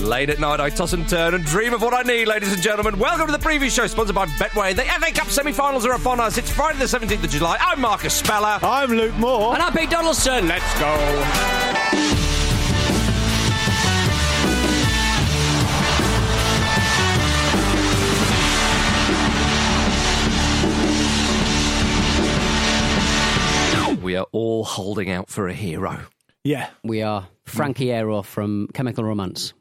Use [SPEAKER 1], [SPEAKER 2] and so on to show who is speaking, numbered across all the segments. [SPEAKER 1] Late at night, I toss and turn and dream of what I need, ladies and gentlemen. Welcome to the preview show, sponsored by Betway. The FA Cup semi finals are upon us. It's Friday, the 17th of July. I'm Marcus Speller.
[SPEAKER 2] I'm Luke Moore.
[SPEAKER 3] And I'm Pete Donaldson. Let's go.
[SPEAKER 1] We are all holding out for a hero.
[SPEAKER 2] Yeah.
[SPEAKER 3] We are Frankie
[SPEAKER 2] Mm.
[SPEAKER 3] Aero from Chemical Romance.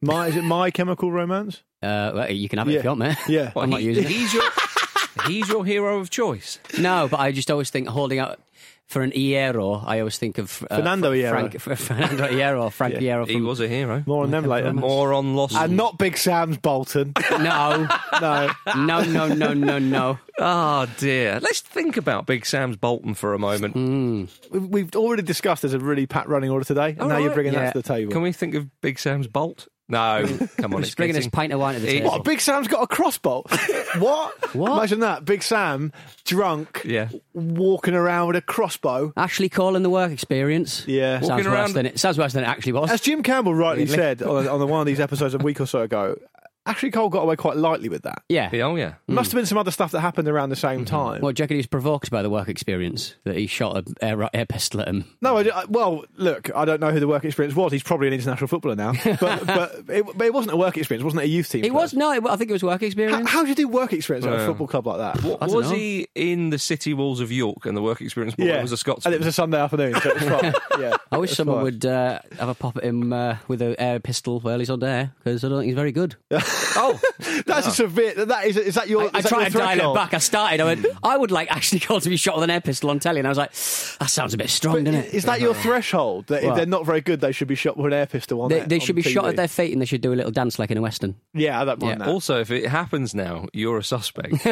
[SPEAKER 2] My, is it My Chemical Romance?
[SPEAKER 3] Uh, well, you can have it
[SPEAKER 2] Yeah.
[SPEAKER 3] if you want, mate.
[SPEAKER 2] Yeah.
[SPEAKER 3] I'm not
[SPEAKER 1] He-
[SPEAKER 3] using it.
[SPEAKER 1] he's your he's your hero of choice.
[SPEAKER 3] No, but I just always think holding out for an Iero, I always think of uh,
[SPEAKER 2] Fernando
[SPEAKER 3] Fra-
[SPEAKER 2] Hierro.
[SPEAKER 3] Frank, Fernando Iero, Frank
[SPEAKER 2] Yeah.
[SPEAKER 3] Iero.
[SPEAKER 1] He was a hero.
[SPEAKER 2] More on them later.
[SPEAKER 1] More on loss.
[SPEAKER 2] And not Big Sam's Bolton.
[SPEAKER 3] No,
[SPEAKER 2] no.
[SPEAKER 3] no, no, no, no, no.
[SPEAKER 1] Oh dear. Let's think about Big Sam's Bolton for a moment.
[SPEAKER 3] Mm.
[SPEAKER 2] We've- We've already discussed there's a really pat running order today, and
[SPEAKER 1] All
[SPEAKER 2] now you're
[SPEAKER 1] right.
[SPEAKER 2] bringing
[SPEAKER 3] Yeah.
[SPEAKER 2] that to the table.
[SPEAKER 1] Can we think of Big Sam's Bolt? No, come on, it's
[SPEAKER 3] Just bringing his
[SPEAKER 1] getting...
[SPEAKER 3] pint of wine to the
[SPEAKER 1] It-
[SPEAKER 3] table.
[SPEAKER 2] what? Big Sam's got a crossbow? what?
[SPEAKER 3] What?
[SPEAKER 2] Imagine that. Big Sam, drunk,
[SPEAKER 1] Yeah.
[SPEAKER 2] walking around with a crossbow.
[SPEAKER 3] Actually, calling the work experience.
[SPEAKER 2] Yeah.
[SPEAKER 3] sounds
[SPEAKER 1] Walking
[SPEAKER 3] worse
[SPEAKER 1] around-
[SPEAKER 3] than it sounds worse than it actually was.
[SPEAKER 2] As Jim Campbell rightly
[SPEAKER 3] Really?
[SPEAKER 2] said on, on one of these episodes a week or so ago, actually Cole got away quite lightly with that.
[SPEAKER 3] yeah.
[SPEAKER 1] Yeah, Oh yeah.
[SPEAKER 2] Must have been some other stuff that happened around the same time.
[SPEAKER 3] Well, do you reckon he was provoked by the work experience that he shot an air, air pistol at him?
[SPEAKER 2] No, I, I- well, look, I don't know who the work experience was. He's probably an international footballer now, but but it, but it wasn't a work experience, wasn't it? A youth team.
[SPEAKER 3] It was
[SPEAKER 2] first?
[SPEAKER 3] no. It, I think it was work
[SPEAKER 2] How,
[SPEAKER 3] experience.
[SPEAKER 2] how do you do work experience at a
[SPEAKER 1] Yeah.
[SPEAKER 2] football club like that?
[SPEAKER 1] What,
[SPEAKER 3] I don't
[SPEAKER 1] was
[SPEAKER 3] know.
[SPEAKER 1] he in the city walls of York and the work experience board? It was a Scotsman.
[SPEAKER 2] and it was a Sunday afternoon, so it was fine. yeah,
[SPEAKER 3] I wish
[SPEAKER 2] It's
[SPEAKER 3] someone
[SPEAKER 2] fine.
[SPEAKER 3] would uh, have a pop at him uh, with an air pistol while he's on air because I don't think he's very good.
[SPEAKER 1] oh,
[SPEAKER 2] That's a severe. That is. Is that your?
[SPEAKER 3] I,
[SPEAKER 2] is
[SPEAKER 3] I
[SPEAKER 2] that
[SPEAKER 3] tried
[SPEAKER 2] your
[SPEAKER 3] to
[SPEAKER 2] threat
[SPEAKER 3] dial
[SPEAKER 2] goal?
[SPEAKER 3] it back. I started. I went. I would like actually call to be shot with an air pistol on telly, and I was like, that sounds a bit strong,
[SPEAKER 2] But
[SPEAKER 3] doesn't it?
[SPEAKER 2] Is that
[SPEAKER 1] Uh-huh.
[SPEAKER 2] your threshold? That if
[SPEAKER 3] What?
[SPEAKER 2] they're not very good, they should be shot with an air pistol on.
[SPEAKER 3] They,
[SPEAKER 2] it
[SPEAKER 3] they
[SPEAKER 2] on
[SPEAKER 3] should be
[SPEAKER 2] TV.
[SPEAKER 3] shot at their feet and they should do a little dance like in a western.
[SPEAKER 2] Yeah, I don't mind
[SPEAKER 3] Yeah.
[SPEAKER 2] that.
[SPEAKER 1] also, if it happens now, you're a suspect.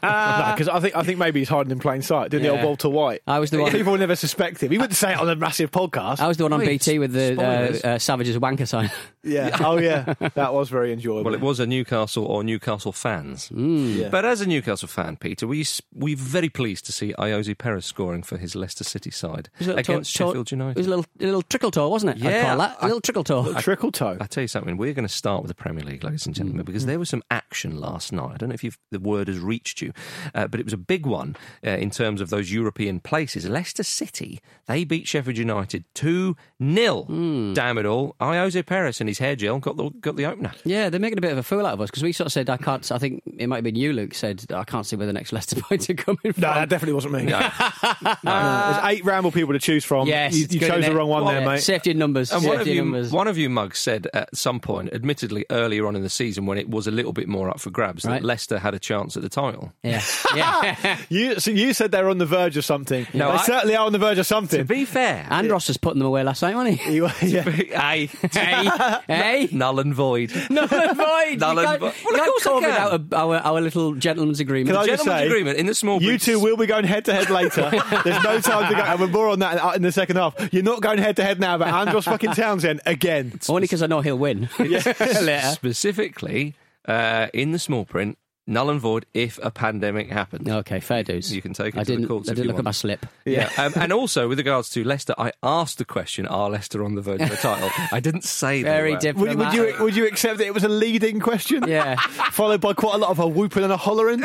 [SPEAKER 2] because I think I think maybe he's hiding in plain sight, doing the
[SPEAKER 3] Yeah.
[SPEAKER 2] old Walter White.
[SPEAKER 3] I was the one.
[SPEAKER 2] People will never suspect him. He wouldn't say it on a massive podcast.
[SPEAKER 3] I was the one on
[SPEAKER 1] Wait,
[SPEAKER 3] BT with the
[SPEAKER 1] spoilers.
[SPEAKER 3] uh, uh, Savage's wanker sign.
[SPEAKER 2] yeah. Oh yeah, that was very enjoyable.
[SPEAKER 1] well, it was a Newcastle or Newcastle fans.
[SPEAKER 3] Mm. Hmm.
[SPEAKER 2] Yeah.
[SPEAKER 1] But as a Newcastle fan, Peter, we we very pleased to see Iosi Perez scoring for his Leicester City side
[SPEAKER 3] It was a little
[SPEAKER 1] against
[SPEAKER 3] tor- tor-
[SPEAKER 1] Sheffield
[SPEAKER 3] It
[SPEAKER 1] United.
[SPEAKER 3] was a little, a little trickle tour, wasn't it? I'd
[SPEAKER 1] Yeah,
[SPEAKER 3] call that. A
[SPEAKER 1] I-
[SPEAKER 3] little trickle tour.
[SPEAKER 2] trickle toe.
[SPEAKER 1] I tell you something, we're going to start with the Premier League, ladies and gentlemen, because there was some action last night. I don't know if you've, the word has reached you, uh, but it was a big one uh, in terms of those European places. Leicester City, they beat Sheffield United 2 0. Damn it all. Iose Perez and his hair gel got the, got the opener.
[SPEAKER 3] Yeah, they're making a bit of a fool out of us because we sort of said, I can't, I think it might have been you, Luke, said, I can't see where the next Leicester points are coming from.
[SPEAKER 2] No, that definitely wasn't me. There's eight Ramble people to choose from.
[SPEAKER 3] Yes,
[SPEAKER 2] you,
[SPEAKER 3] it's
[SPEAKER 2] you
[SPEAKER 3] good,
[SPEAKER 2] chose
[SPEAKER 3] isn't
[SPEAKER 2] the
[SPEAKER 3] it?
[SPEAKER 2] wrong one
[SPEAKER 3] Well,
[SPEAKER 2] there,
[SPEAKER 3] yeah,
[SPEAKER 2] mate.
[SPEAKER 3] Safety in numbers.
[SPEAKER 1] And
[SPEAKER 3] safety
[SPEAKER 1] one of,
[SPEAKER 3] in
[SPEAKER 1] you,
[SPEAKER 3] numbers.
[SPEAKER 1] one of you mugs said at some point, admittedly earlier on in the season when it was a little bit more up for grabs,
[SPEAKER 3] Right.
[SPEAKER 1] that Leicester had a chance at the title.
[SPEAKER 3] Yeah, yeah.
[SPEAKER 2] You, so you said they're on the verge of something.
[SPEAKER 1] No,
[SPEAKER 2] they
[SPEAKER 1] I-
[SPEAKER 2] certainly are on the verge of
[SPEAKER 1] To
[SPEAKER 2] something.
[SPEAKER 1] be fair,
[SPEAKER 3] and Ross was putting them away last night, wasn't he?
[SPEAKER 2] You- yeah.
[SPEAKER 1] aye,
[SPEAKER 3] hey, hey.
[SPEAKER 1] null and void.
[SPEAKER 3] Null and void.
[SPEAKER 1] Null
[SPEAKER 3] you
[SPEAKER 1] and
[SPEAKER 3] can't,
[SPEAKER 1] void.
[SPEAKER 3] you
[SPEAKER 1] Well, of
[SPEAKER 3] can't
[SPEAKER 1] course I
[SPEAKER 3] call
[SPEAKER 1] can.
[SPEAKER 3] without a- our, our little gentleman's agreement.
[SPEAKER 2] Can I just
[SPEAKER 1] Gentlemen's
[SPEAKER 2] say,
[SPEAKER 1] agreement in the small
[SPEAKER 2] You
[SPEAKER 1] groups.
[SPEAKER 2] two will be going head to head later. There's no time to go. And we're more on that in- in the second half. You're not going head to head now, but Andros fucking Townsend again.
[SPEAKER 3] Only because I know he'll win. Later.
[SPEAKER 1] specifically uh, in the small print, null and void if a pandemic happens.
[SPEAKER 3] Okay, fair dues.
[SPEAKER 1] You can take it
[SPEAKER 3] I
[SPEAKER 1] to the
[SPEAKER 3] didn't,
[SPEAKER 1] courts
[SPEAKER 3] I
[SPEAKER 1] if
[SPEAKER 3] didn't
[SPEAKER 1] you
[SPEAKER 3] look at
[SPEAKER 1] want.
[SPEAKER 3] my slip.
[SPEAKER 1] Yeah, um, and also with regards to Leicester, I asked the question: Are Leicester on the verge of a title? I didn't say they
[SPEAKER 3] Very
[SPEAKER 1] were.
[SPEAKER 2] Would,
[SPEAKER 3] different.
[SPEAKER 2] would you would you accept that it was a leading question?
[SPEAKER 3] Yeah.
[SPEAKER 2] Followed by quite a lot of a whooping and a hollering.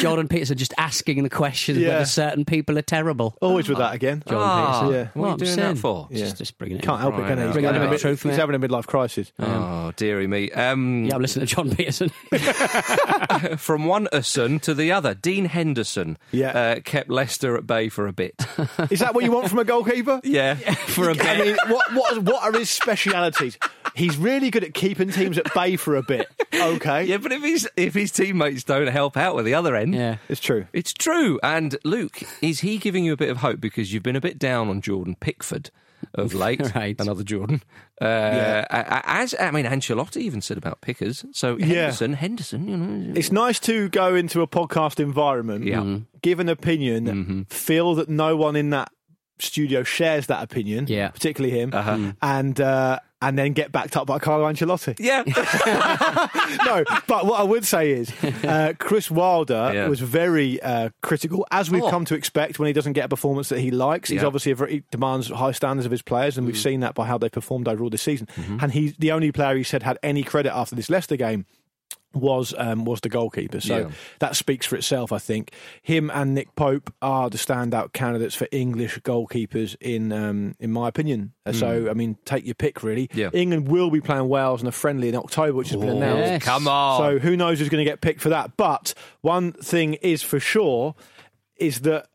[SPEAKER 3] Jordan Peterson just asking the question
[SPEAKER 2] Yeah.
[SPEAKER 3] whether certain people are terrible.
[SPEAKER 2] Always with that again.
[SPEAKER 3] Jordan
[SPEAKER 1] Ah,
[SPEAKER 3] Peterson.
[SPEAKER 2] Yeah.
[SPEAKER 1] What, are you
[SPEAKER 3] I'm
[SPEAKER 1] doing
[SPEAKER 3] saying.
[SPEAKER 1] that for?
[SPEAKER 2] Yeah.
[SPEAKER 3] Just, just bringing it
[SPEAKER 2] Can't
[SPEAKER 3] in.
[SPEAKER 2] help
[SPEAKER 1] Right,
[SPEAKER 2] it, can he?
[SPEAKER 1] now.
[SPEAKER 2] He's
[SPEAKER 1] Bring
[SPEAKER 2] having
[SPEAKER 1] on
[SPEAKER 2] a
[SPEAKER 1] a
[SPEAKER 2] mid-
[SPEAKER 3] bit of truth,
[SPEAKER 2] He's
[SPEAKER 3] mate.
[SPEAKER 2] having a midlife crisis.
[SPEAKER 1] Oh, dearie me. Um,
[SPEAKER 3] Yeah, I'm listening to John Peterson.
[SPEAKER 1] From one Usun to the other, Dean Henderson
[SPEAKER 2] Yeah.
[SPEAKER 1] uh, kept Leicester at bay for a bit.
[SPEAKER 2] Is that what you want from a goalkeeper?
[SPEAKER 1] yeah, for a bit.
[SPEAKER 2] I mean, what, what, what are his specialities? He's really good at keeping teams at bay for a bit. Okay.
[SPEAKER 1] Yeah, but if his if his teammates don't help out with the other end,
[SPEAKER 3] yeah.
[SPEAKER 2] It's true.
[SPEAKER 1] It's true. And Luke, is he giving you a bit of hope because you've been a bit down on Jordan Pickford of late?
[SPEAKER 3] Right.
[SPEAKER 1] Another Jordan. Uh, a- a- As I mean, Ancelotti even said about Pickers. So
[SPEAKER 2] Yeah.
[SPEAKER 1] Henderson, Henderson, you know.
[SPEAKER 2] It's nice to go into a podcast environment,
[SPEAKER 1] Mm-hmm. Yeah. Mhm.
[SPEAKER 2] give an opinion, feel that no one in that studio shares that opinion,
[SPEAKER 3] Yeah.
[SPEAKER 2] particularly him, and uh, and then get backed up by Carlo Ancelotti.
[SPEAKER 1] Yeah.
[SPEAKER 2] no, but what I would say is uh, Chris Wilder
[SPEAKER 1] Yeah.
[SPEAKER 2] was very uh, critical, as we've
[SPEAKER 1] Oh.
[SPEAKER 2] come to expect when he doesn't get a performance that he likes. He's
[SPEAKER 1] Yeah. Mm-hmm.
[SPEAKER 2] obviously a very, he demands high standards of his players, and we've seen that by how they performed overall this season. And he's the only player he said had any credit after this Leicester game. Was um, was the goalkeeper, so
[SPEAKER 1] Yeah.
[SPEAKER 2] that speaks for itself. I think him and Nick Pope are the standout candidates for English goalkeepers in um, in my opinion. So I mean, take your pick really.
[SPEAKER 1] Mm. Yeah. Oh.
[SPEAKER 2] England will be playing Wales in a friendly in October, which has been announced.
[SPEAKER 3] Yes.
[SPEAKER 1] Come on.
[SPEAKER 2] So who knows who's going to get picked for that? But one thing is for sure is that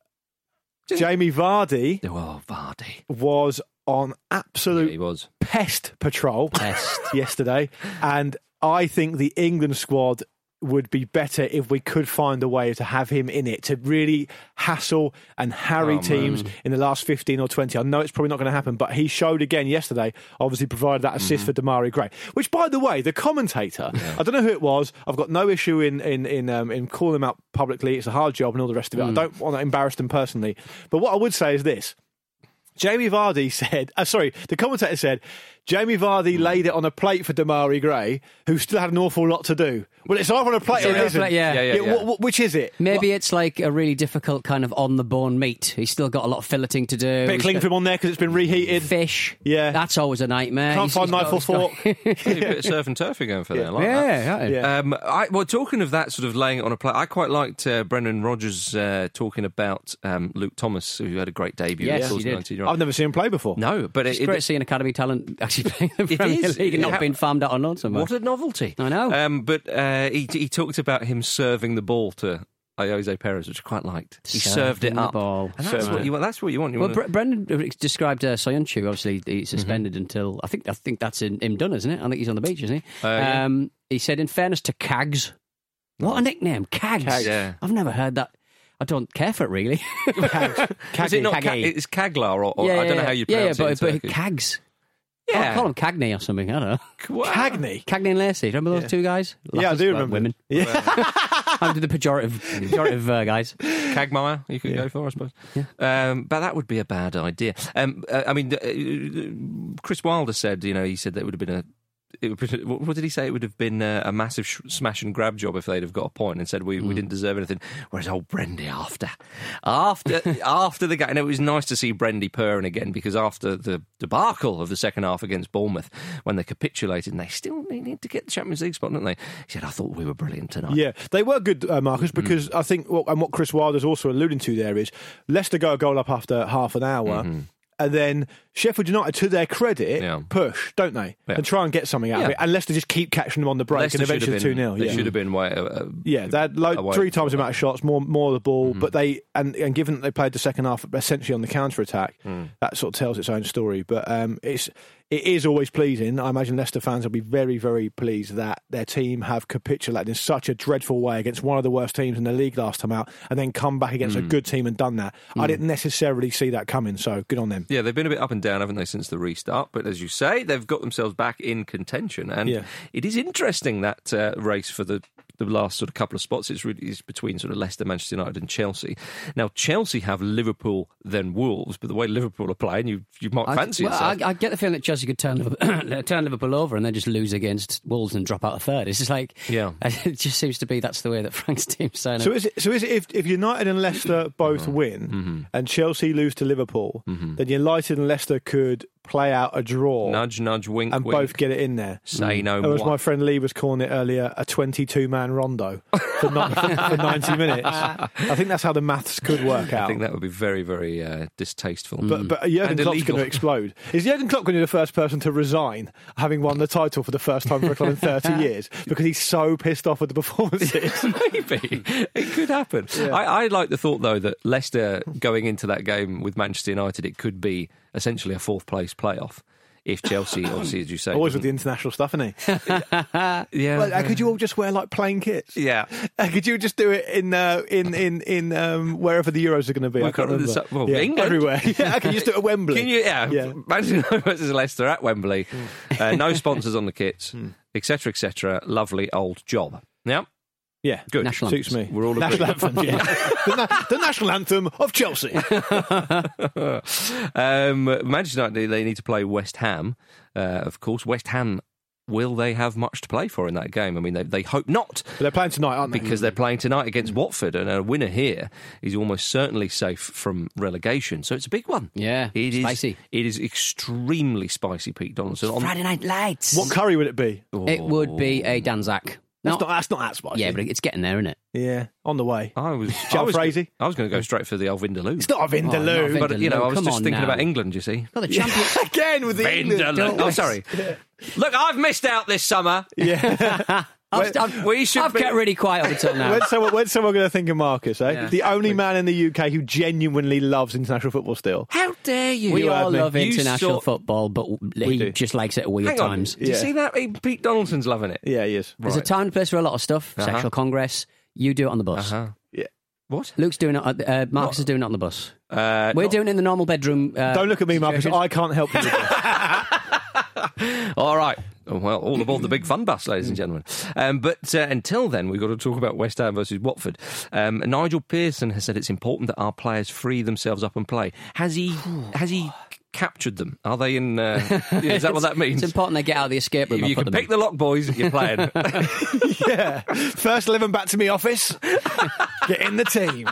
[SPEAKER 2] Jamie Vardy
[SPEAKER 1] oh, Vardy.
[SPEAKER 2] was on absolute
[SPEAKER 1] he was.
[SPEAKER 2] pest patrol
[SPEAKER 3] Pest.
[SPEAKER 2] yesterday, and I think the England squad would be better if we could find a way to have him in it to really hassle and harry teams in the last 15 or 20. I know it's probably not going to happen, but he showed again yesterday, obviously provided that assist for Damari Gray, which by the way, the commentator, I don't know who it was, I've got no issue in in in, um, in calling him out publicly. It's a hard job and all the rest of it. I don't want to embarrass them personally. But what I would say is this. Jamie Vardy said, uh, sorry, the commentator said, Jamie Vardy laid it on a plate for Damari Gray, who still had an awful lot to do. Well, it's either on a plate or
[SPEAKER 3] Yeah,
[SPEAKER 2] it isn't.
[SPEAKER 3] plate, yeah.
[SPEAKER 1] Yeah, yeah,
[SPEAKER 2] Yeah,
[SPEAKER 1] yeah.
[SPEAKER 2] wh- wh- which is it?
[SPEAKER 3] Maybe it's like a really difficult kind of on the bone meat. He's still got a lot of filleting to do.
[SPEAKER 2] Bit of
[SPEAKER 3] He's
[SPEAKER 2] cling
[SPEAKER 3] got
[SPEAKER 2] film on there because it's been reheated.
[SPEAKER 3] fish.
[SPEAKER 2] Yeah.
[SPEAKER 3] that's always a nightmare.
[SPEAKER 2] Can't
[SPEAKER 3] He's-
[SPEAKER 2] find
[SPEAKER 3] he's
[SPEAKER 2] knife
[SPEAKER 3] got-
[SPEAKER 2] or
[SPEAKER 3] he's got-
[SPEAKER 2] fork.
[SPEAKER 1] Maybe a bit of surf and turf you're going for there. I like that.
[SPEAKER 3] Yeah, right.
[SPEAKER 2] Yeah.
[SPEAKER 1] Um, I, well, talking of that, sort of laying it on a plate, I quite liked uh, Brendan Rodgers uh, talking about um, Luke Thomas, who had a great debut.
[SPEAKER 3] Yes,
[SPEAKER 1] of course,
[SPEAKER 3] he did. Oh,
[SPEAKER 1] 19 year old.
[SPEAKER 2] I've never seen him play before.
[SPEAKER 1] No, but it,
[SPEAKER 3] It's great seeing academy talent actually playing in the
[SPEAKER 1] It
[SPEAKER 3] Premier
[SPEAKER 1] is.
[SPEAKER 3] League and not
[SPEAKER 1] Yeah.
[SPEAKER 3] being farmed out on loan somewhere.
[SPEAKER 1] what a novelty!
[SPEAKER 3] I know.
[SPEAKER 1] Um, but uh, he he talked about him serving the ball to Jose Perez, which I quite liked. He served
[SPEAKER 3] Serving
[SPEAKER 1] it
[SPEAKER 3] the
[SPEAKER 1] up,
[SPEAKER 3] ball.
[SPEAKER 1] and that's
[SPEAKER 2] Serving
[SPEAKER 1] what
[SPEAKER 2] it.
[SPEAKER 1] you want. That's what you want. You
[SPEAKER 3] Well,
[SPEAKER 1] want
[SPEAKER 3] Bre- Brendan described uh, Soyuncu. Obviously, he's
[SPEAKER 1] Mm-hmm.
[SPEAKER 3] suspended until I think I think that's in, him done, isn't it? I think he's on the beach, isn't he?
[SPEAKER 1] Uh, yeah.
[SPEAKER 3] um, He said, in fairness to Cags, what a nickname, Cags.
[SPEAKER 1] Cags. Yeah.
[SPEAKER 3] I've never heard that. I don't care for it really.
[SPEAKER 1] is it not? Ca-
[SPEAKER 3] Cagney.
[SPEAKER 1] it's Kaglar, or, or I don't know how you
[SPEAKER 3] yeah, yeah,
[SPEAKER 1] pronounce
[SPEAKER 3] but,
[SPEAKER 1] it. in Turkish.
[SPEAKER 3] but Cags.
[SPEAKER 1] Yeah.
[SPEAKER 3] I'll call him Cagney or something. I don't know.
[SPEAKER 1] Wow.
[SPEAKER 2] Cagney.
[SPEAKER 3] Cagney and Lacey. Remember those two guys?
[SPEAKER 2] Yeah, I
[SPEAKER 3] Laugh-
[SPEAKER 2] do
[SPEAKER 3] well,
[SPEAKER 2] remember.
[SPEAKER 3] women.
[SPEAKER 2] Yeah.
[SPEAKER 3] I did the pejorative, pejorative uh, guys.
[SPEAKER 1] Cagmire, you could go for, I suppose. Um, but that would be a bad idea. Um, uh, I mean, the- uh, Chris Wilder said, you know, he said that would have been a. It would be, what what did he say? It would have been a, a massive sh- smash and grab job if they'd have got a point and said we,
[SPEAKER 2] Hmm.
[SPEAKER 1] we didn't deserve anything. Whereas old Brendy after, after after the game, and it was nice to see Brendy purring again because after the debacle of the second half against Bournemouth when they capitulated and they still they need to get the Champions League spot, don't they? He said, "I thought we were brilliant tonight." Mm.
[SPEAKER 2] Yeah, they were good, uh, Marcus, because I think, well, and what Chris Wilder's also alluding to there is Leicester go a goal up after half an hour. And then Sheffield United, to their
[SPEAKER 1] Mm-hmm.
[SPEAKER 2] credit,
[SPEAKER 1] Yeah.
[SPEAKER 2] push, don't they?
[SPEAKER 1] Yeah.
[SPEAKER 2] And try and get something out
[SPEAKER 1] Yeah.
[SPEAKER 2] of it. And Leicester just keep catching them on the break
[SPEAKER 1] Leicester
[SPEAKER 2] and
[SPEAKER 1] should have
[SPEAKER 2] eventually 2
[SPEAKER 1] been-
[SPEAKER 2] 0.
[SPEAKER 1] They
[SPEAKER 2] Yeah.
[SPEAKER 1] should have been way. uh, uh,
[SPEAKER 2] Yeah, they had like
[SPEAKER 1] away from
[SPEAKER 2] three
[SPEAKER 1] Mm-hmm.
[SPEAKER 2] times the amount of shots, more more of the ball, but they and, and given that they played the second half essentially on the counter attack,
[SPEAKER 1] Mm.
[SPEAKER 2] that sort of tells its own story. But um, it's it is always pleasing. I imagine Leicester fans will be very very pleased that their team have capitulated in such a dreadful way against one of the worst teams in the league last time out, and then come back against
[SPEAKER 1] Mm.
[SPEAKER 2] a good team and done that. I didn't necessarily see that coming, so good on them.
[SPEAKER 1] Yeah, they've been a bit up and down, haven't they, since the restart? But as you say, they've got themselves back in contention, and
[SPEAKER 2] Yeah.
[SPEAKER 1] it is interesting that uh, race for the the last sort of couple of spots. It's really is between sort of Leicester, Manchester United, and Chelsea. Now Chelsea have Liverpool, then Wolves, but the way Liverpool are playing, you you might fancy
[SPEAKER 3] well,
[SPEAKER 1] yourself.
[SPEAKER 3] I, I get the feeling that Chelsea could turn Liverpool, turn Liverpool over and then just lose against Wolves and drop out of third. It's just like,
[SPEAKER 1] Yeah.
[SPEAKER 3] it just seems to be that's the way that Frank's team's saying.
[SPEAKER 2] So is it? So is it? If, if United and Leicester
[SPEAKER 1] Mm-hmm.
[SPEAKER 2] both win
[SPEAKER 1] Mm.
[SPEAKER 2] and Chelsea lose to Liverpool,
[SPEAKER 1] Mm-hmm.
[SPEAKER 2] then United and Leicester could play out a draw.
[SPEAKER 1] nudge, nudge, wink,
[SPEAKER 2] and
[SPEAKER 1] wink.
[SPEAKER 2] both get it in there.
[SPEAKER 1] Say no
[SPEAKER 2] Or as
[SPEAKER 1] more.
[SPEAKER 2] my friend Lee was calling it earlier, a 22 man rondo for, ni- for 90 minutes. I think that's how the maths could work out.
[SPEAKER 1] I think that would be very, very uh, distasteful.
[SPEAKER 2] but, but Jurgen
[SPEAKER 1] And
[SPEAKER 2] Klopp's
[SPEAKER 1] illegal.
[SPEAKER 2] going to explode. Is Jurgen Klopp going to be the first person to resign, having won the title for the first time for a club in 30 years, because he's so pissed off with the performances?
[SPEAKER 1] Maybe it could happen. I, I like the thought though that Leicester going into that game with Manchester United, it could be essentially a fourth place playoff if Chelsea, obviously as you say,
[SPEAKER 2] Always with the
[SPEAKER 1] doesn't-
[SPEAKER 2] international stuff, isn't he?
[SPEAKER 1] yeah,
[SPEAKER 2] Well, uh, could you all just wear like plain kits?
[SPEAKER 1] yeah.
[SPEAKER 2] Uh, Could you just do it in uh, in in in um, wherever the Euros are going to be?
[SPEAKER 1] Well,
[SPEAKER 2] I can't
[SPEAKER 1] the-
[SPEAKER 2] remember.
[SPEAKER 1] well,
[SPEAKER 2] yeah,
[SPEAKER 1] England.
[SPEAKER 2] everywhere. Yeah, I can just do it at Wembley.
[SPEAKER 1] Can you? Yeah,
[SPEAKER 2] Yeah. Hmm.
[SPEAKER 1] Manchester United versus Leicester at Wembley. Uh, no sponsors on the kits, etc., etc. Lovely old job. Yeah.
[SPEAKER 2] Yeah,
[SPEAKER 1] Good.
[SPEAKER 3] National
[SPEAKER 2] suits me.
[SPEAKER 3] anthems.
[SPEAKER 1] We're all
[SPEAKER 2] national anthem. Yeah, the, na- the national anthem of Chelsea.
[SPEAKER 1] um, Manchester United, they need to play West Ham, uh, of course. West Ham, will they have much to play for in that game? I mean, they, they hope not.
[SPEAKER 2] But they're playing tonight, aren't they?
[SPEAKER 1] Because they're playing tonight against Watford, and a winner here is almost certainly safe from relegation. So it's a big one.
[SPEAKER 3] Yeah,
[SPEAKER 1] it is.
[SPEAKER 3] spicy.
[SPEAKER 1] It is extremely spicy, Pete Donaldson. On-
[SPEAKER 3] Friday Night Lights.
[SPEAKER 2] what curry would it be?
[SPEAKER 3] It would be a Danzak.
[SPEAKER 2] That's
[SPEAKER 3] Not-
[SPEAKER 2] not that's not that spicy.
[SPEAKER 3] yeah, but it's getting there, isn't it?
[SPEAKER 2] yeah, on the way.
[SPEAKER 1] I was. I
[SPEAKER 2] Joe
[SPEAKER 1] was,
[SPEAKER 2] Frazee?
[SPEAKER 1] I was going to go straight for the old Vindaloo.
[SPEAKER 2] It's not a
[SPEAKER 3] Oh,
[SPEAKER 2] Vindaloo.
[SPEAKER 3] not
[SPEAKER 1] but you know, I was
[SPEAKER 3] Come
[SPEAKER 1] just
[SPEAKER 3] on
[SPEAKER 1] thinking
[SPEAKER 3] now.
[SPEAKER 1] about England. You see,
[SPEAKER 3] Got the champion.
[SPEAKER 2] Again with the England.
[SPEAKER 1] Vindaloo. Oh, sorry. Look, I've missed out this summer.
[SPEAKER 2] Yeah.
[SPEAKER 3] I've, I've,
[SPEAKER 1] We should
[SPEAKER 3] I've
[SPEAKER 1] be-
[SPEAKER 3] kept really quiet up until now.
[SPEAKER 2] when's someone, when's someone going to think of Marcus? Eh?
[SPEAKER 1] Yeah.
[SPEAKER 2] The only man in the UK who genuinely loves international football still.
[SPEAKER 1] How dare you?
[SPEAKER 3] we
[SPEAKER 2] You had
[SPEAKER 3] all
[SPEAKER 2] me.
[SPEAKER 3] love
[SPEAKER 1] You
[SPEAKER 3] international
[SPEAKER 1] sort-
[SPEAKER 3] football, but he
[SPEAKER 2] do.
[SPEAKER 3] just likes it at weird
[SPEAKER 1] Hang on.
[SPEAKER 3] times.
[SPEAKER 1] Do you
[SPEAKER 2] Yeah.
[SPEAKER 1] see that? He- Pete Donaldson's loving it.
[SPEAKER 2] Yeah, he is.
[SPEAKER 3] There's a
[SPEAKER 1] Right.
[SPEAKER 3] time and place for a lot of stuff.
[SPEAKER 1] Uh-huh.
[SPEAKER 3] Sexual congress. You do it on the bus.
[SPEAKER 1] Uh-huh.
[SPEAKER 2] Yeah.
[SPEAKER 1] What?
[SPEAKER 3] Luke's doing it. Uh, Marcus is doing it on the bus.
[SPEAKER 1] Uh,
[SPEAKER 3] We're doing it in the normal bedroom. Uh,
[SPEAKER 2] Don't look at me, Marcus. I can't help you. with this.
[SPEAKER 1] All right. Oh, Well, all aboard the big fun bus, ladies
[SPEAKER 2] Mm.
[SPEAKER 1] and gentlemen. Um, but uh, until then, we've got to talk about West Ham versus Watford. Um, Nigel Pearson has said it's important that our players free themselves up and play. Has he? Has he captured them? Are they in? Uh, yeah, is that what that means?
[SPEAKER 3] It's important they get out of the escape room.
[SPEAKER 1] If
[SPEAKER 3] and
[SPEAKER 1] you
[SPEAKER 3] put
[SPEAKER 1] can
[SPEAKER 3] them in.
[SPEAKER 1] pick the lock, boys, you're playing.
[SPEAKER 2] yeah. First 11 back to me office. Get in the team.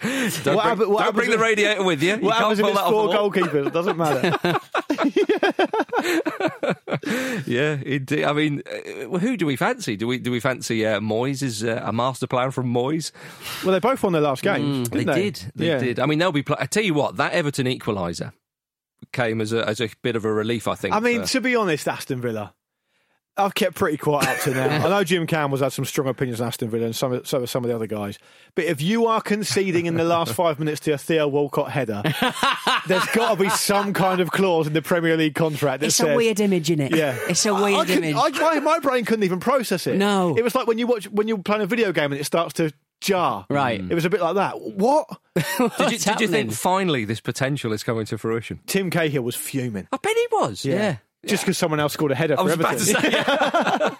[SPEAKER 1] Don't
[SPEAKER 2] What
[SPEAKER 1] bring,
[SPEAKER 2] happen- what
[SPEAKER 1] don't bring
[SPEAKER 2] happens
[SPEAKER 1] the
[SPEAKER 2] if-
[SPEAKER 1] radiator with you. You
[SPEAKER 2] What
[SPEAKER 1] can't
[SPEAKER 2] happens if
[SPEAKER 1] pull
[SPEAKER 2] it's
[SPEAKER 1] that off the
[SPEAKER 2] four
[SPEAKER 1] wall.
[SPEAKER 2] goalkeepers? It doesn't matter.
[SPEAKER 1] Yeah, indeed. I mean, uh, who do we fancy? Do we do we fancy uh, Moyes is uh, a master player from Moyes?
[SPEAKER 2] Well, they both won their last game.
[SPEAKER 1] Mm, They,
[SPEAKER 2] didn't they
[SPEAKER 1] did. They
[SPEAKER 2] yeah.
[SPEAKER 1] did. I mean, they'll be. Pl- I tell you what, that Everton equaliser came as a as a bit of a relief. I think.
[SPEAKER 2] I mean,
[SPEAKER 1] for-
[SPEAKER 2] to be honest, Aston Villa. I've kept pretty quiet up to now. I know Jim Campbell's had some strong opinions on Aston Villa and some, so have some of the other guys. But if you are conceding in the last five minutes to a Theo Walcott header, there's got to be some kind of clause in the Premier League contract that
[SPEAKER 3] It's
[SPEAKER 2] says.
[SPEAKER 3] a weird image, is it?
[SPEAKER 2] Yeah,
[SPEAKER 3] It's a
[SPEAKER 2] I-
[SPEAKER 3] weird
[SPEAKER 2] I couldn't-
[SPEAKER 3] image.
[SPEAKER 2] I, my, my brain couldn't even process it.
[SPEAKER 3] No.
[SPEAKER 2] it was like when you watch when you're playing a video game and it starts to jar.
[SPEAKER 3] Right.
[SPEAKER 2] it was a bit like that. What?
[SPEAKER 1] did, you,
[SPEAKER 3] What's
[SPEAKER 1] did you think
[SPEAKER 3] happening?
[SPEAKER 1] finally this potential is coming to fruition?
[SPEAKER 2] Tim Cahill was fuming
[SPEAKER 1] I bet he was.
[SPEAKER 3] Oh, Yeah.
[SPEAKER 2] just because someone else scored a header
[SPEAKER 1] I
[SPEAKER 2] for
[SPEAKER 1] was about to
[SPEAKER 2] Everton.
[SPEAKER 1] say.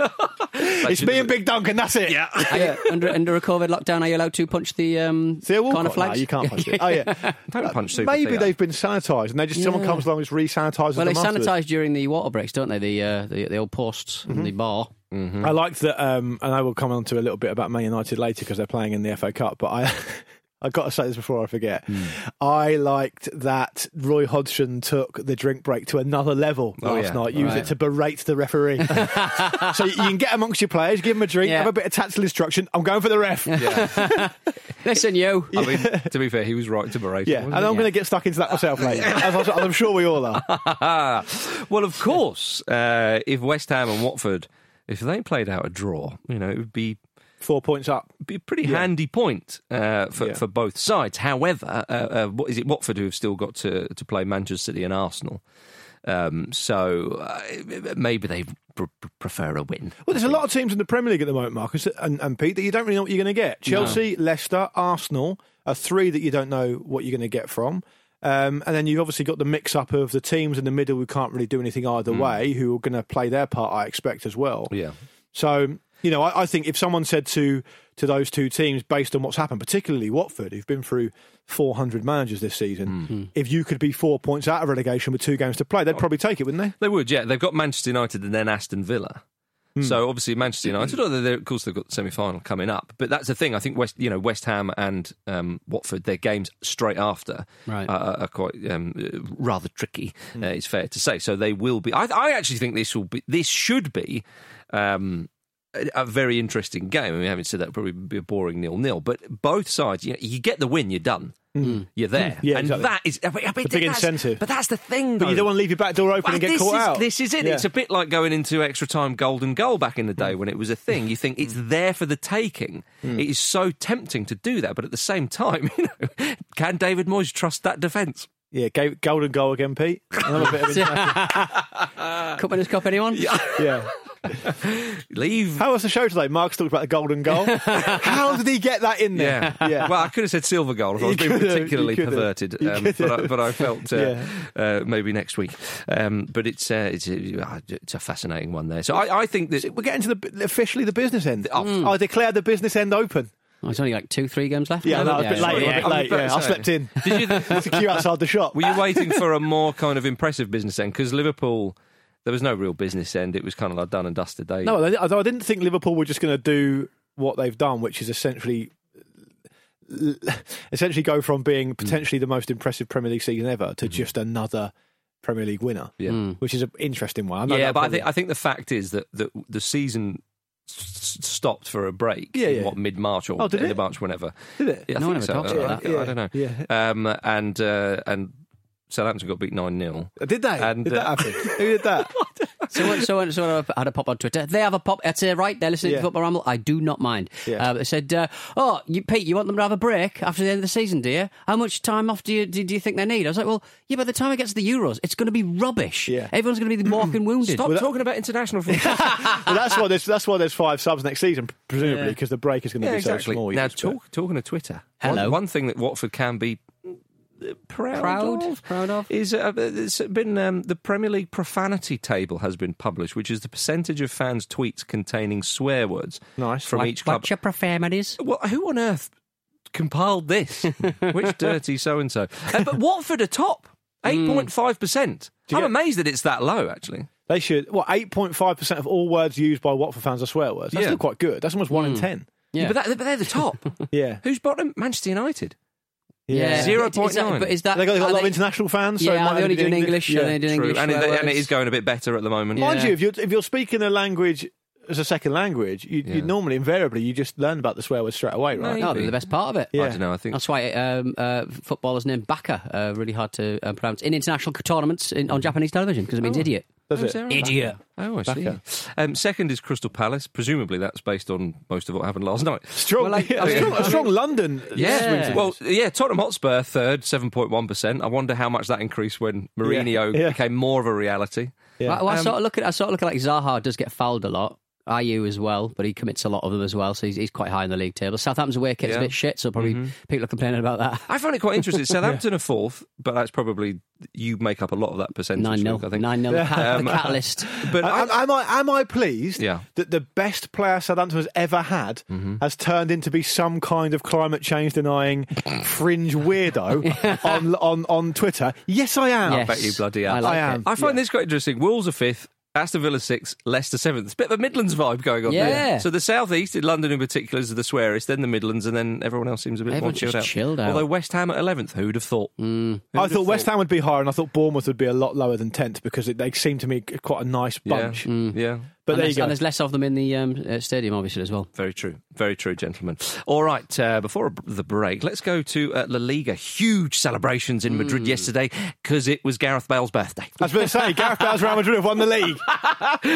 [SPEAKER 2] it's me and Big Duncan. That's it.
[SPEAKER 1] Yeah.
[SPEAKER 3] Are you- under under a COVID lockdown, are you allowed to punch the um,
[SPEAKER 2] Theo Walcott.
[SPEAKER 3] corner
[SPEAKER 2] No,
[SPEAKER 3] flags?
[SPEAKER 2] you can't punch it. Oh yeah. Uh,
[SPEAKER 1] Don't punch Super
[SPEAKER 2] Maybe
[SPEAKER 1] Theo.
[SPEAKER 2] they've been sanitised and they just someone
[SPEAKER 3] Yeah.
[SPEAKER 2] comes along and just re-sanitises
[SPEAKER 3] Well, they
[SPEAKER 2] them. afterwards.
[SPEAKER 3] sanitise during the water breaks, don't they? The uh, the, the old posts and
[SPEAKER 1] Mm-hmm.
[SPEAKER 3] the bar.
[SPEAKER 2] I liked that, um, and I will come on to a little bit about Man United later because they're playing in the FA Cup. But I, I've got to say this before I forget.
[SPEAKER 3] Hmm.
[SPEAKER 2] I liked that Roy Hodgson took the drink break to another level
[SPEAKER 1] Oh,
[SPEAKER 2] last
[SPEAKER 1] yeah.
[SPEAKER 2] night. Used
[SPEAKER 3] Right.
[SPEAKER 2] it to berate the referee. so you can get amongst your players, give them a drink,
[SPEAKER 3] Yeah.
[SPEAKER 2] have a bit of tactical instruction. I'm going for the ref. Yeah,
[SPEAKER 3] Listen, you.
[SPEAKER 1] I mean, to be fair, he was right to berate. him,
[SPEAKER 2] and
[SPEAKER 1] wasn't he?
[SPEAKER 2] I'm going to get stuck into that myself later. as, I- as I'm sure we all are.
[SPEAKER 1] Ah, well, of course, uh, if West Ham and Watford, if they played out a draw, you know, it would be
[SPEAKER 2] Four points up.
[SPEAKER 1] be a pretty handy point uh, for,
[SPEAKER 2] Yeah.
[SPEAKER 1] for both sides. However, uh, uh, what is it Watford who have still got to, to play Manchester City and Arsenal? Um, so uh, maybe they pr- pr- prefer a win.
[SPEAKER 2] Well, there's a lot of teams in the Premier League at the moment, Marcus and, and Pete, that you don't really know what you're going to get. Chelsea, Leicester, Arsenal are three that you don't know what you're going to get from. Um, and then you've obviously got the mix up of the teams in the middle who can't really do anything either way, who are going to play their part, I expect, as well.
[SPEAKER 1] Yeah.
[SPEAKER 2] So, you know, I, I think if someone said to to those two teams, based on what's happened, particularly Watford, who've been through 400 managers this season, if you could be four points out of relegation with two games to play, they'd probably take it, wouldn't they?
[SPEAKER 1] They would, yeah. They've got Manchester United and then Aston Villa.
[SPEAKER 2] Hmm.
[SPEAKER 1] So obviously Manchester United, although they're- of course they've got the semi-final coming up, but that's the thing. I think West, you know, West Ham and um, Watford, their games straight after uh,
[SPEAKER 3] Right.
[SPEAKER 1] are, are- are quite um, uh, rather tricky.
[SPEAKER 2] Hmm.
[SPEAKER 1] Uh, it's fair to say. So they will be. I, I actually think this will be. This should be. Um, a- a very interesting game. I mean, having said that, probably be a boring nil-nil. But both sides, you, know, you get the win, you're done, you're there,
[SPEAKER 2] Hmm. Yeah,
[SPEAKER 1] and
[SPEAKER 2] exactly.
[SPEAKER 1] that is I mean, I mean,
[SPEAKER 2] The big
[SPEAKER 1] that's-
[SPEAKER 2] incentive.
[SPEAKER 1] But that's the thing,
[SPEAKER 2] But
[SPEAKER 1] though.
[SPEAKER 2] you don't want to leave your back door open
[SPEAKER 1] Well,
[SPEAKER 2] and get
[SPEAKER 1] this
[SPEAKER 2] caught
[SPEAKER 1] is,
[SPEAKER 2] out.
[SPEAKER 1] This is it.
[SPEAKER 2] Yeah.
[SPEAKER 1] It's a bit like going into extra time golden goal back in the day when it was a thing. You think it's
[SPEAKER 2] Hmm.
[SPEAKER 1] there for the taking. It is so tempting to do that, but at the same time, you know, can David Moyes trust that defence?
[SPEAKER 2] Yeah, go- golden goal again, Pete. Another bit of
[SPEAKER 3] Cup in his cup, anyone?
[SPEAKER 2] yeah.
[SPEAKER 1] Leave.
[SPEAKER 2] How was the show today? Mark's talked about the golden goal. How did he get that in there?
[SPEAKER 1] Yeah. Well, I could have said silver gold if I was
[SPEAKER 2] You
[SPEAKER 1] being
[SPEAKER 2] could have,
[SPEAKER 1] particularly
[SPEAKER 2] you could have,
[SPEAKER 1] perverted,
[SPEAKER 2] you
[SPEAKER 1] um,
[SPEAKER 2] could
[SPEAKER 1] but, I,
[SPEAKER 2] have.
[SPEAKER 1] but I felt uh, uh, maybe next week. Um, but it's uh, it's a, uh, it's a fascinating one there. So I, I think that
[SPEAKER 2] We're getting to the officially the business end.
[SPEAKER 1] Oh.
[SPEAKER 2] I declared the business end open.
[SPEAKER 3] Oh, it's only like two, three games left.
[SPEAKER 2] Yeah,
[SPEAKER 3] isn't
[SPEAKER 2] no, I was
[SPEAKER 3] it?
[SPEAKER 2] a bit
[SPEAKER 1] yeah.
[SPEAKER 2] late.
[SPEAKER 1] Sorry, I
[SPEAKER 2] Yeah, a bit
[SPEAKER 1] was
[SPEAKER 2] late,
[SPEAKER 1] about
[SPEAKER 2] yeah.
[SPEAKER 1] to
[SPEAKER 2] I
[SPEAKER 1] say.
[SPEAKER 2] slept in.
[SPEAKER 1] did you
[SPEAKER 2] There's a queue outside the shop.
[SPEAKER 1] were you waiting for a more kind of impressive business end because Liverpool there was no real business end. It was kind of like done and dusted. They
[SPEAKER 2] No, I- although I didn't think Liverpool were just going to do what they've done, which is essentially essentially go from being
[SPEAKER 1] Mm.
[SPEAKER 2] potentially the most impressive Premier League season ever to just another Premier League winner,
[SPEAKER 1] yeah.
[SPEAKER 2] which is an interesting one. I know
[SPEAKER 1] yeah,
[SPEAKER 2] that
[SPEAKER 1] but I
[SPEAKER 2] probably-
[SPEAKER 1] think I think the fact is that the the season s- stopped for a break.
[SPEAKER 2] Yeah,
[SPEAKER 1] in,
[SPEAKER 2] yeah.
[SPEAKER 1] What mid March or
[SPEAKER 2] Oh, did
[SPEAKER 1] end of
[SPEAKER 2] it?
[SPEAKER 1] March, whenever.
[SPEAKER 2] Did it?
[SPEAKER 1] Yeah, I think
[SPEAKER 3] No one ever
[SPEAKER 1] so.
[SPEAKER 3] talks
[SPEAKER 1] I-
[SPEAKER 3] about
[SPEAKER 1] I,
[SPEAKER 2] that.
[SPEAKER 1] I don't know.
[SPEAKER 2] Yeah.
[SPEAKER 1] Um, and uh, and Southampton got beat nine 0
[SPEAKER 2] Did they?
[SPEAKER 1] And,
[SPEAKER 2] did
[SPEAKER 1] uh,
[SPEAKER 2] that happen? Who did that?
[SPEAKER 3] So, when- so, when- so I had a pop on Twitter. They have a pop. That's uh, right. They're listening
[SPEAKER 2] Yeah.
[SPEAKER 3] to Football Ramble. I do not mind.
[SPEAKER 2] Yeah.
[SPEAKER 3] Uh, they said, uh, "Oh, you, Pete, you want them to have a break after the end of the season, do you? How much time off do you do, do you think they need?" I was like, "Well, yeah. By the time it gets to the Euros, it's going to be rubbish.
[SPEAKER 2] Yeah.
[SPEAKER 3] Everyone's going to be walking wounded.
[SPEAKER 1] Stop talking about international football.
[SPEAKER 2] Well, that's why there's that's why there's five subs next season, presumably
[SPEAKER 3] Yeah.
[SPEAKER 2] because the break is going to
[SPEAKER 1] yeah,
[SPEAKER 2] be
[SPEAKER 1] exactly.
[SPEAKER 2] so small.
[SPEAKER 1] now
[SPEAKER 2] yes, but-
[SPEAKER 1] talk, talking of Twitter,
[SPEAKER 3] Hello.
[SPEAKER 1] One, one thing that Watford can be uh, proud
[SPEAKER 3] Proud,
[SPEAKER 1] of,
[SPEAKER 3] proud of.
[SPEAKER 1] is uh, it's been um, the Premier League profanity table has been published, which is the percentage of fans' tweets containing swear words.
[SPEAKER 2] Nice.
[SPEAKER 1] from
[SPEAKER 3] Like,
[SPEAKER 1] each club.
[SPEAKER 3] Watch your profanities.
[SPEAKER 1] Well, who on earth compiled this? Which dirty so and so? But Watford are top,
[SPEAKER 3] Hmm.
[SPEAKER 1] eight point five percent. I'm
[SPEAKER 2] you get-
[SPEAKER 1] amazed that it's that low. Actually,
[SPEAKER 2] They should. What eight point five percent of all words used by Watford fans are swear words. That's
[SPEAKER 1] Yeah.
[SPEAKER 2] still quite good. That's almost one in ten.
[SPEAKER 1] but, that, but they're the top.
[SPEAKER 2] Hmm. Yeah.
[SPEAKER 1] Who's bottom? Manchester United.
[SPEAKER 3] Yeah.
[SPEAKER 1] Zero
[SPEAKER 3] Is that-
[SPEAKER 1] point nine.
[SPEAKER 3] But is that
[SPEAKER 2] They got, they got
[SPEAKER 3] are
[SPEAKER 2] a lot of
[SPEAKER 3] they-
[SPEAKER 2] international fans. so it
[SPEAKER 3] Yeah,
[SPEAKER 2] might
[SPEAKER 3] are they only
[SPEAKER 2] be
[SPEAKER 3] doing
[SPEAKER 2] the
[SPEAKER 3] English? Are
[SPEAKER 2] Yeah.
[SPEAKER 3] they doing
[SPEAKER 1] True,
[SPEAKER 3] English?
[SPEAKER 1] and it,
[SPEAKER 3] swear
[SPEAKER 1] and it
[SPEAKER 3] words?
[SPEAKER 1] is going a bit better at the uh, moment.
[SPEAKER 2] Mind
[SPEAKER 3] Yeah.
[SPEAKER 2] you, if you're if you're speaking a language as a second language, you, you normally invariably you just learn about the swear words straight away, right?
[SPEAKER 1] Maybe.
[SPEAKER 3] No, they're the best part of it.
[SPEAKER 2] Yeah.
[SPEAKER 1] I don't know. I think
[SPEAKER 3] That's why um, uh, footballers named Baka uh, really hard to uh, pronounce in international tournaments in, on Japanese television because it means idiot.
[SPEAKER 2] Does
[SPEAKER 1] Mm.
[SPEAKER 2] it?
[SPEAKER 1] Oh, is there a-
[SPEAKER 3] Idiot.
[SPEAKER 1] Oh, I see.
[SPEAKER 2] Backer.
[SPEAKER 1] Um, second is Crystal Palace. Presumably, that's based on most of what happened last night.
[SPEAKER 2] Strong,
[SPEAKER 3] Well, like-
[SPEAKER 2] yeah,
[SPEAKER 3] I mean-
[SPEAKER 2] strong, a strong London. swing to
[SPEAKER 1] Yeah.
[SPEAKER 2] this.
[SPEAKER 1] Well, yeah, Tottenham Hotspur third, 7.1%. I wonder how much that increased when Mourinho
[SPEAKER 2] Yeah.
[SPEAKER 1] became more of a reality.
[SPEAKER 2] Yeah.
[SPEAKER 3] I, well, I
[SPEAKER 1] Um,
[SPEAKER 3] sort of look at I sort of look at like Zaha does get fouled a lot. IU as well, but he commits a lot of them as well, so he's, he's quite high in the league table. Southampton's away kit's
[SPEAKER 1] Yeah. Mm-hmm.
[SPEAKER 3] a bit shit, so probably people are complaining about that.
[SPEAKER 1] I found it quite interesting. Southampton are fourth, but that's probably you make up a lot of that percentage.
[SPEAKER 3] Nine 0
[SPEAKER 1] Luke, I think.
[SPEAKER 3] nine 0
[SPEAKER 1] Um,
[SPEAKER 3] the catalyst.
[SPEAKER 1] But I,
[SPEAKER 2] Am, am I am I pleased
[SPEAKER 1] Yeah.
[SPEAKER 2] that the best player Southampton has ever had
[SPEAKER 3] Mm-hmm.
[SPEAKER 2] has turned into be some kind of climate change denying fringe weirdo on, on on Twitter? Yes, I am.
[SPEAKER 3] Yes.
[SPEAKER 1] bet you bloody are.
[SPEAKER 3] I, like
[SPEAKER 2] I
[SPEAKER 3] it.
[SPEAKER 2] am.
[SPEAKER 1] I find this quite interesting. Wolves are fifth. Aston Villa sixth, Leicester seventh. It's a bit of a Midlands vibe going on
[SPEAKER 3] Yeah.
[SPEAKER 1] there. So the southeast, in London in particular, is the swearest, then the Midlands, and then everyone else seems a bit more
[SPEAKER 3] Everyone's
[SPEAKER 1] chilled
[SPEAKER 3] just
[SPEAKER 1] out.
[SPEAKER 3] chilled out. Hmm.
[SPEAKER 1] Although West Ham at eleventh, who'd have thought?
[SPEAKER 2] I thought West Ham would be higher, and I thought Bournemouth would be a lot lower than tenth because it, they seem to me quite a nice
[SPEAKER 1] Yeah,
[SPEAKER 2] bunch.
[SPEAKER 3] Hmm.
[SPEAKER 1] yeah.
[SPEAKER 2] But
[SPEAKER 3] Mm. and,
[SPEAKER 2] there
[SPEAKER 3] there's,
[SPEAKER 2] you go.
[SPEAKER 3] and there's less of them in the um, uh, stadium, obviously as well.
[SPEAKER 1] Very true. Very true, gentlemen. All right, uh, before the break, let's go to uh, La Liga. Huge celebrations in Madrid
[SPEAKER 3] Hmm.
[SPEAKER 1] yesterday because it was Gareth Bale's birthday.
[SPEAKER 2] I was going to say, Gareth Bale's Real Madrid have won the league.